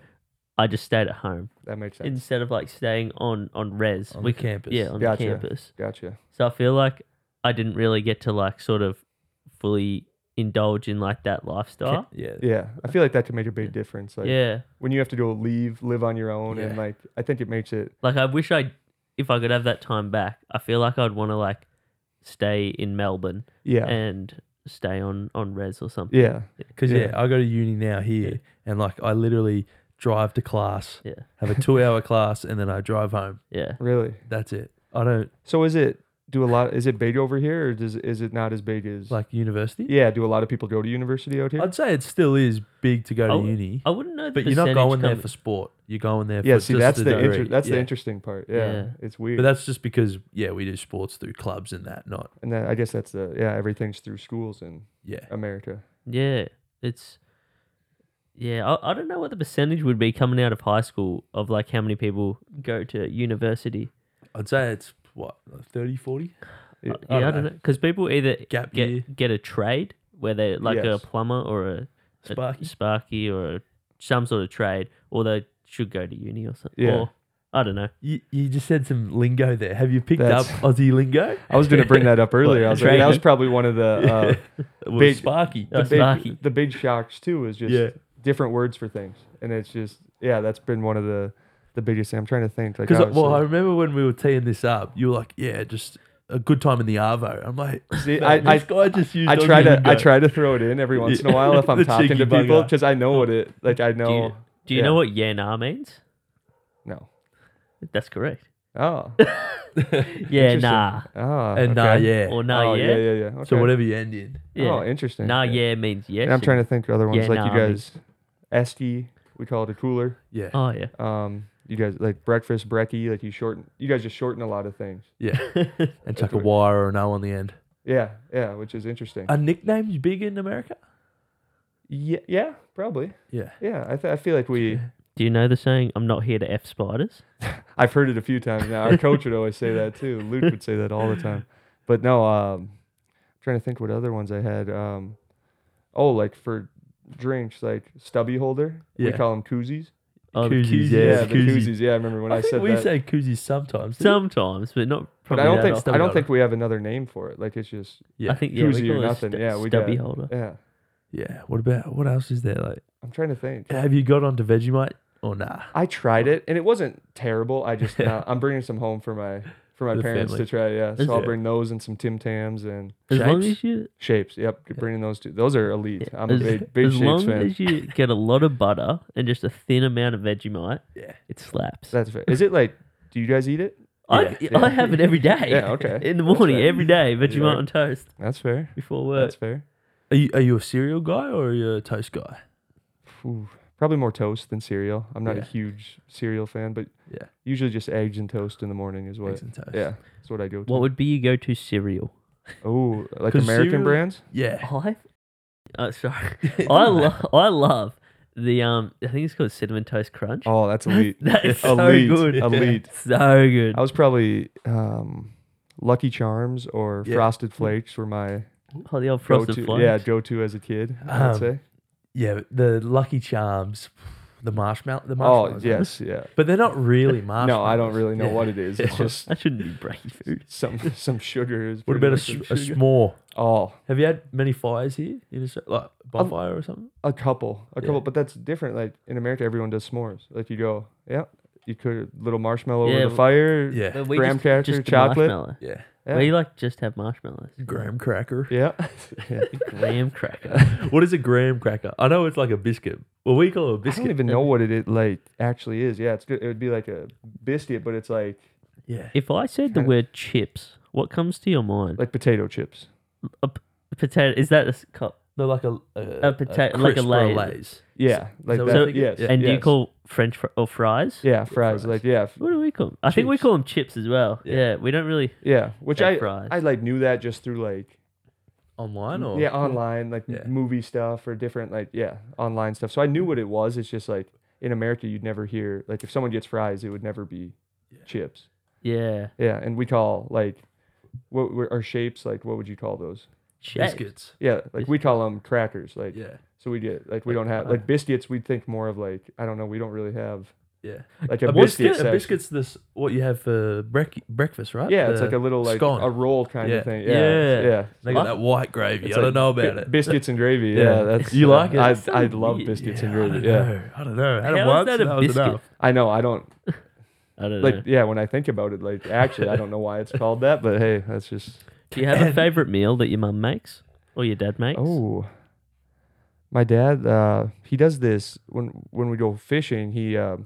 S3: I just stayed at home
S2: that makes sense.
S3: instead of like staying on on res
S1: On
S3: we
S1: the
S3: could-
S1: campus.
S3: Yeah, on
S2: Gotcha.
S3: the campus.
S2: Gotcha.
S3: So I feel like I didn't really get to like sort of fully indulge in like that lifestyle.
S1: Yeah.
S2: Yeah, I feel like that can make a big difference. Like
S3: yeah.
S2: when you have to go leave, live on your own, and
S1: Yeah.
S2: like I think it makes it.
S3: Like I wish I if I could have that time back, I feel like I'd want to like stay in Melbourne
S2: Yeah,
S3: and stay on on res or something.
S2: yeah,
S1: Because yeah.
S2: Yeah.
S1: I go to uni now here,
S3: Yeah.
S1: and like I literally drive to class,
S3: Yeah.
S1: have a two-hour class, and then I drive home.
S3: Yeah.
S2: really.
S1: That's it. I don't
S2: So is it do a lot? Is it big over here, or does is it not as big as?
S1: like university.
S2: yeah, do a lot of people go to university out here?
S1: I'd say it still is big to go to
S3: I w-
S1: uni,
S3: I wouldn't know the
S1: but you're not
S3: percentage
S1: going there
S3: coming-
S1: for sport. You're going there.
S2: yeah,
S1: for
S2: see,
S1: just
S2: that's the
S1: degree.
S2: inter- that's the
S1: Yeah.
S2: interesting part. Yeah,
S3: Yeah.
S2: it's weird.
S1: But that's just because yeah, we do sports through clubs and that. Not
S2: and then I guess that's the yeah, everything's through schools in
S1: yeah,
S2: America.
S3: Yeah. it's yeah. I, I don't know what the percentage would be coming out of high school of like how many people go to university.
S1: I'd say it's what, like 30, 40?
S3: Yeah, I, don't know because people either
S1: Gap
S3: get
S1: year.
S3: get a trade where they're like
S2: Yes.
S3: a plumber or a a
S1: Sparky.
S3: sparky or a, some sort of trade, or they should go to uni or something.
S2: Yeah.
S3: Or, I don't know.
S1: You, you just said some lingo there. Have you picked
S2: That's-
S1: up Aussie lingo?
S2: I was going to bring that up earlier. I was like, that was
S3: training.
S2: probably one of the uh,
S1: Well,
S2: Big-
S1: Sparky.
S3: That's
S2: the
S3: lucky.
S2: big, the big shocks too is just
S1: Yeah.
S2: different words for things, and it's just yeah, that's been one of the the biggest. thing. I'm trying to think like
S1: Because
S2: obviously-
S1: well, I remember when we were teeing this up, you were like, "Yeah, just a good time in the arvo." I'm like,
S2: See,
S1: "Man,
S2: I- I-
S1: this guy just used.
S2: I try
S1: Aussie
S2: to I
S1: lingo."
S2: try to throw it in every once in a while if I'm
S1: The
S2: talking
S1: cheeky
S2: to
S1: bugger.
S2: people because I know what it like I
S3: Do
S2: know
S3: you, do you
S2: yeah.
S3: know what yeah nah means?
S2: no
S3: That's correct.
S2: oh
S3: Yeah
S2: Interesting.
S3: nah
S2: oh
S1: and
S2: okay.
S1: uh, yeah.
S3: or nah
S2: oh,
S3: yeah.
S2: yeah yeah yeah okay.
S1: So whatever you end in,
S3: Yeah.
S2: oh interesting
S3: nah
S2: yeah.
S3: yeah means yes.
S2: And I'm trying to think of other ones
S3: Yeah,
S2: like
S3: nah,
S2: you
S3: I mean-
S2: guys esky we call it a cooler
S1: yeah,
S3: Oh yeah.
S2: um you guys like breakfast brekkie like you shorten you guys just shorten a lot of things
S1: yeah, and chuck a
S2: what-
S1: wire or an O on the end.
S2: yeah yeah which is interesting
S1: Are nicknames big in America?
S2: yeah yeah probably
S1: Yeah,
S2: yeah I, th- I feel like we
S3: Do you know the saying? I'm not here to f spiders.
S2: I've heard it a few times now. Our coach would always say that too. Luke would say that all the time. But no, um, I'm trying to think what other ones I had. Um, oh, like for drinks, like stubby holder. We
S1: Yeah.
S2: call them koozies.
S3: Oh, the
S1: Koozies,
S3: koozies.
S1: Yeah,
S2: Yeah, the
S1: koozie.
S2: koozies. Yeah, I remember when I,
S1: I, think
S2: said
S1: we
S2: that.
S1: say koozies sometimes.
S3: Sometimes, but not.
S2: but
S3: Probably
S2: I don't
S3: that
S2: think
S3: often.
S1: stubby
S2: I don't
S1: holder.
S2: think we have another name for it. Like it's just
S1: yeah.
S3: I think yeah,
S2: koozie
S3: we
S2: or
S3: call it a
S2: nothing.
S3: st-
S2: Yeah, we
S3: stubby
S2: got-
S3: holder.
S2: yeah.
S1: yeah. What about what else is there? Like,
S2: I'm trying to think.
S1: have you got onto Vegemite or nah?
S2: I tried it and it wasn't terrible. I just uh, I'm bringing some home for my for my
S1: The
S2: parents
S1: family.
S2: to try. Yeah,
S3: Is
S2: so I'll
S1: it-
S2: bring those and some Tim Tams and
S3: As long
S1: Shapes?
S3: as you,
S2: shapes. Yep, bringing those two. Those are elite. I'm a
S3: as,
S2: big, big
S3: as
S2: shapes
S3: long
S2: fan.
S3: as you get a lot of butter and just a thin amount of Vegemite,
S1: Yeah.
S3: it slaps.
S2: That's fair. Is it like? Do you guys eat it?
S3: I,
S1: Yeah.
S3: I have it every day.
S2: Yeah, okay.
S3: In the morning,
S2: fair.
S3: every day, Vegemite
S2: right.
S3: on toast
S2: That's fair.
S3: before
S2: That's
S3: work.
S2: fair.
S1: Are you are you a cereal guy or are you a toast guy?
S2: Ooh, probably more toast than cereal. I'm not
S1: Yeah.
S2: a huge cereal fan, but
S1: Yeah.
S2: usually just eggs and toast in the morning is what.
S1: Eggs and toast.
S2: Yeah, that's what I go.
S3: What would be your go-to cereal?
S2: Oh, like
S1: 'Cause
S2: American
S1: cereal-
S2: brands.
S1: Yeah.
S3: I, oh, sorry, I love I love the um. I think it's called cinnamon toast crunch.
S2: Oh, that's elite.
S3: that is so
S2: elite.
S3: good.
S2: Elite.
S3: So good.
S2: I was probably um, Lucky Charms or
S1: Yeah.
S2: Frosted Flakes were my
S3: oh, the old frosted
S2: go-to.
S3: flakes.
S2: Yeah, go-to as a kid. I'd
S1: Um,
S2: say.
S1: Yeah, the Lucky Charms, the marshmallow, the
S2: Oh
S1: marshmallows.
S2: yes, yeah.
S1: but they're not really marshmallows.
S2: No, I don't really know
S1: Yeah.
S2: what it is. It's just
S3: that shouldn't be breaking food.
S2: some some sugar. Is
S1: What
S2: pretty
S1: about a,
S2: much
S1: s-
S2: it.
S1: a s'more?
S2: Oh,
S1: Have you had many fires here in Australia,
S2: Um,
S1: like bonfire or something?
S2: a couple, a
S1: Yeah.
S2: couple, but that's different. Like in America, everyone does s'mores. Like you go, yeah, you cook a little marshmallow
S3: Yeah,
S2: over
S3: w-
S2: the fire.
S1: Yeah,
S3: But we
S2: Graham
S3: just-
S2: cracker,
S3: just the
S2: chocolate.
S3: marshmallow.
S1: yeah,
S2: yeah,
S3: We like just have marshmallows.
S1: graham cracker.
S2: yeah. yeah.
S3: Graham cracker.
S1: What is a graham cracker? I know it's like a biscuit. Well, we call it a
S2: I don't
S1: biscuit.
S2: even know what it, it like actually is. Yeah, it's good. It would be like a biscuit, but it's like
S1: Yeah,
S3: if I said the
S2: Kinda-
S3: word chips, what comes to your mind?
S2: like potato chips.
S3: a p- potato. Is that a s- cup?
S1: no, like a a,
S3: A pota- like a
S1: crisp or
S3: Lay's.
S1: Lay's.
S2: Yeah,
S1: that what
S2: like that.
S3: you're
S2: So,
S1: thinking?
S2: yes.
S1: Yeah.
S3: and do you
S2: yes.
S3: call French fr- or fries?
S2: yeah fries,
S1: fries.
S2: like yeah, f-
S3: What do we call them? I think we
S1: Chips.
S3: call them chips as well.
S1: Yeah.
S3: Yeah, we don't really.
S2: yeah. Which
S3: Yeah,
S2: I
S3: fries.
S2: I like knew that just through like
S1: online
S2: Mm,
S1: or
S2: yeah online like m-
S1: Oh. Yeah.
S2: movie stuff or different like yeah online stuff so i knew what it was it's just like in america you'd never hear like if someone gets fries it would never be chips
S3: Yeah,
S2: yeah and we call like what were our shapes like what would you call those
S3: Shit.
S1: biscuits.
S2: yeah like we call them crackers like
S1: Yeah,
S2: so we get like we
S1: Like,
S2: don't have
S1: uh,
S2: like biscuits we'd think more of like i don't know we don't really have
S1: yeah.
S2: like a,
S1: A
S2: biscuit,
S1: biscuit. A
S2: section.
S1: biscuit's this what you have for brec- breakfast, right?
S2: yeah it's
S1: The
S2: like a little like
S1: scone.
S2: a roll kind
S1: Yeah.
S2: of thing
S3: Yeah.
S2: yeah yeah
S1: They got
S3: I-
S1: that white gravy.
S2: It's
S1: I don't
S2: like
S1: know about
S2: bi-
S1: it.
S2: biscuits and gravy yeah,
S1: Yeah.
S2: that's
S1: You like it?
S2: i
S1: It's so
S2: i love
S3: weird.
S2: biscuits and
S1: Yeah, I
S2: gravy
S1: don't
S2: yeah
S1: know. I don't know. Had it
S3: How is
S1: once,
S3: that a
S1: was
S3: biscuit?
S1: enough.
S2: i know i don't
S3: I don't know.
S2: like yeah when i think about it like actually i don't know why it's called that but hey that's just
S3: Do you have a favorite meal that your mum makes or your dad makes?
S2: oh my dad uh he does this when when we go fishing he
S1: Oh,
S2: um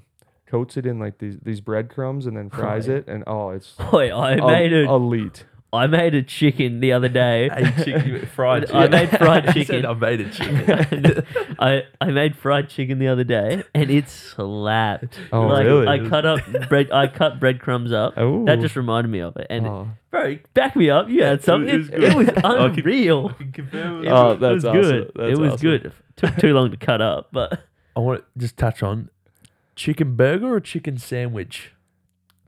S2: coats it in like these these breadcrumbs and then fries
S1: Right.
S2: it and oh it's
S3: Boy, I
S2: el-
S3: made a,
S2: elite
S3: I made a chicken the other day.
S1: Hey, chicken, fried
S3: I made fried
S1: He said,
S3: chicken.
S1: I made a chicken.
S3: I, I made fried chicken the other day and it slapped.
S2: Oh,
S3: like,
S2: really?
S3: I cut up bread. I cut breadcrumbs up. That
S2: Ooh.
S3: just reminded me of it. And
S2: Oh.
S3: bro, back me up. You had something. It was,
S1: was good. I can-
S3: unreal.
S1: Confirm.
S3: It
S1: Uh,
S3: wa-
S4: Oh, that's
S3: was
S4: awesome.
S3: good.
S4: That's
S3: it was
S4: awesome.
S3: good. Took too long to cut up, but
S4: I want to just touch on chicken burger or chicken sandwich.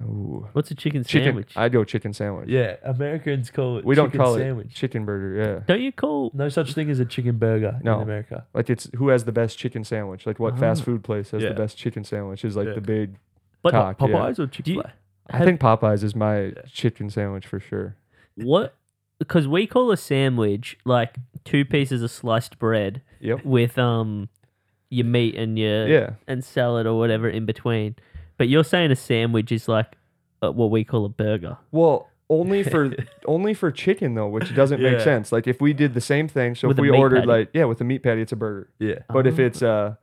S2: Ooh.
S3: what's a chicken,
S2: Chicken.
S3: sandwich?
S2: I'd go chicken sandwich.
S4: Yeah, Americans call it.
S2: we don't
S4: chicken
S2: call it
S4: sandwich.
S2: chicken burger. Yeah.
S3: Don't you call?
S4: No such thing as a chicken burger
S2: No.
S4: in America.
S2: Like it's who has the best chicken sandwich. Like what fast food place has
S4: Yeah.
S2: the best chicken sandwich is like
S4: Yeah.
S2: the big.
S3: But
S2: Talk, yeah.
S4: Popeyes or Chick Fil A?
S2: I think Popeyes is my chicken sandwich for sure.
S3: What? Because we call a sandwich like two pieces of sliced bread
S2: Yep.
S3: with um your meat and your
S2: Yeah.
S3: and salad or whatever in between. But you're saying a sandwich is like uh, what we call a burger.
S2: Well, only for only for chicken though, which doesn't make
S4: Yeah.
S2: sense. Like if we did the same thing, so
S3: With
S2: if
S3: a
S2: we
S3: meat
S2: ordered
S3: patty.
S2: like yeah, with a meat patty, it's a burger.
S1: yeah.
S2: But if
S3: Ah.
S2: it's uh,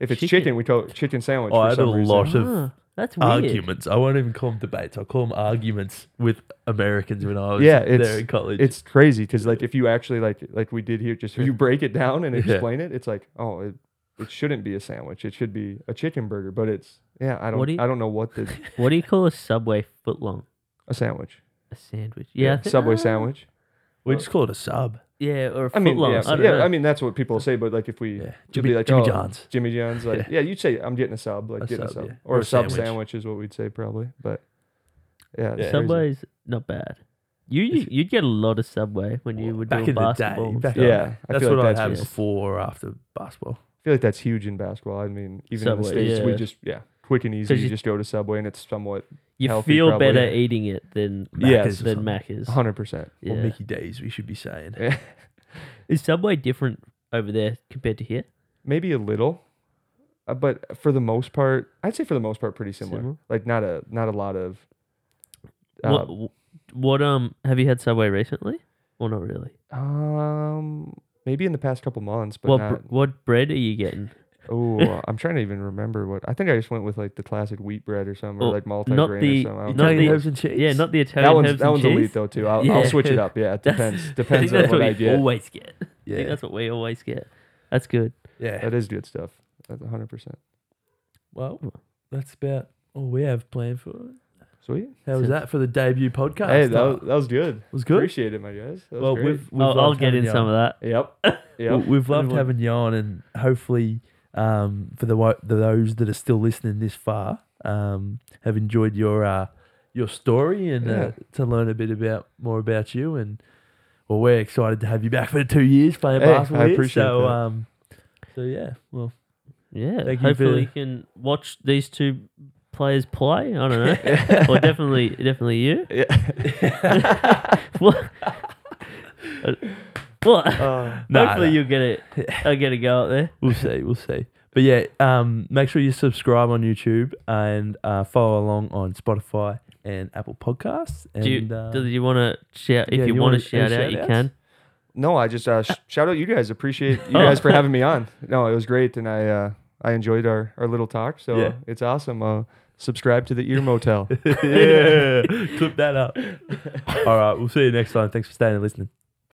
S2: if it's
S3: Chicken.
S2: chicken, we call it chicken sandwich.
S1: Oh,
S2: for
S1: I had a
S2: some reason.
S1: lot of
S3: Ah, that's weird.
S1: arguments. I won't even call them debates. I'll call them arguments with Americans when I was
S2: Yeah,
S1: there
S2: it's-
S1: in college.
S2: It's crazy because like if you actually like like we did here, just if you break it down and
S1: Yeah.
S2: explain it, it's like oh, it, it shouldn't be a sandwich. It should be a chicken burger. But it's yeah, I
S3: What
S2: don't
S3: do you-
S2: I don't know what the
S3: What do you call a Subway footlong?
S2: a sandwich.
S3: A sandwich. Yeah. I thi-
S1: Uh,
S2: Subway
S3: ah,
S2: sandwich.
S1: we just call it a sub.
S3: Yeah, or a footlong.
S2: I mean, yeah,
S3: I don't
S2: yeah.
S3: know.
S2: I mean, that's what people say. But like, if we
S1: Yeah.
S2: it'd
S1: Jimmy,
S2: be like
S1: Jimmy
S2: oh,
S1: John's.
S2: Jimmy John's, like
S1: Yeah.
S2: yeah. you'd say I'm getting a sub, like
S1: A
S2: getting
S1: sub,
S2: a sub,
S1: yeah.
S2: or,
S1: Or a
S2: a sub
S1: sandwich.
S2: sandwich. is what we'd say probably. But yeah, it's
S1: Yeah.
S2: crazy.
S3: Subway's not bad. You, you you'd get a lot of Subway when you were
S1: back
S3: doing
S1: in the day.
S3: basketball. and
S1: back in
S3: stuff.
S1: the
S2: Yeah,
S1: day.
S2: I
S1: that's
S2: feel like
S1: what
S2: that's
S1: I had
S3: just-
S1: before or after basketball.
S2: I feel like that's huge in basketball. I mean, even in the
S3: Subway,
S2: states, we
S3: yeah.
S2: just yeah, quick and easy.
S3: 'Cause
S2: You,
S3: you-
S2: just go to Subway, and it's somewhat
S3: you
S2: healthy
S3: feel
S2: probably.
S3: better eating it than
S2: Yes.
S1: Macca's or
S3: than
S1: something.
S3: Macca's.
S2: 100. percent
S1: Or
S3: Yeah.
S1: Mickey D's, we should be saying.
S3: Is Subway different over there compared to here?
S2: maybe a little, uh, but for the most part, I'd say for the most part, pretty similar.
S3: Similar?
S2: Like not a not a lot of. Uh,
S3: what what um have you had Subway recently? Well, not really.
S2: um, maybe in the past couple months, but
S3: what
S2: not,
S3: br- what bread are you getting?
S2: Oh, I'm trying to even remember what. I think I just went with like the classic wheat bread or something,
S3: Oh,
S2: or like multigrain
S3: not
S2: or
S3: the-
S2: something. I don't
S3: not
S2: know.
S1: Italian
S3: the-
S1: herbs and cheese.
S3: Yeah, not the Italian
S2: that one's
S3: herbs
S2: that
S3: and
S2: one's
S3: cheese.
S2: elite though too. I'll,
S3: Yeah.
S2: I'll switch it up. Yeah, it
S3: That's-
S2: depends.
S3: I think
S2: Depends on
S3: that's
S2: what
S3: what
S2: I
S3: you
S2: get.
S3: always get. I think
S1: yeah.
S3: that's what we always get. That's good.
S1: yeah.
S2: That is good stuff. That's 100. percent
S1: Well, that's about all we have planned for. it.
S2: Sweet.
S1: How was that for the debut podcast?
S2: Hey, that
S1: Uh,
S2: was, that was good.
S1: was good.
S2: Appreciate it, my guys. That was
S1: well,
S2: great.
S1: we've, we've
S3: I'll, I'll
S1: loved
S3: get
S1: having
S3: in
S1: you
S3: some
S1: on.
S3: of that.
S2: Yep.
S1: We-
S2: Yep.
S1: We've loved
S2: Anyone-
S1: having you on, and hopefully, um, for the wo- the those that are still listening this far, um, have enjoyed your uh, your story and uh,
S2: Yeah.
S1: to learn a bit about more about you. And well, we're excited to have you back for the two years playing
S2: Hey,
S1: basketball.
S2: I
S1: here.
S2: appreciate
S1: so,
S2: that.
S1: Um, so yeah, well,
S3: Yeah.
S1: Thank you
S3: Hopefully
S1: for-
S3: you can watch these two players play. I don't know. or definitely definitely you. what? what?
S2: Uh,
S1: Nah,
S3: Hopefully
S1: nah.
S3: you'll get it. I'll get a go out there.
S1: we'll see, we'll see. But yeah, um, make sure you subscribe on YouTube and uh, follow along on Spotify and Apple Podcasts. And
S3: Do you,
S1: uh,
S3: do you want to shout? If
S1: yeah,
S3: you,
S1: you
S3: want
S1: wanna-
S3: to shout
S1: any
S3: out, you
S1: shout-outs?
S3: can.
S2: no, I just uh, sh- shout out you guys. Appreciate you
S3: Oh.
S2: guys for having me on. No, it was great, and I uh, I enjoyed our, our little talk. So
S1: Yeah.
S2: uh, it's awesome. Uh, subscribe to the Ear Motel.
S1: yeah, clip that up. All right, we'll see you next time. Thanks for staying and listening.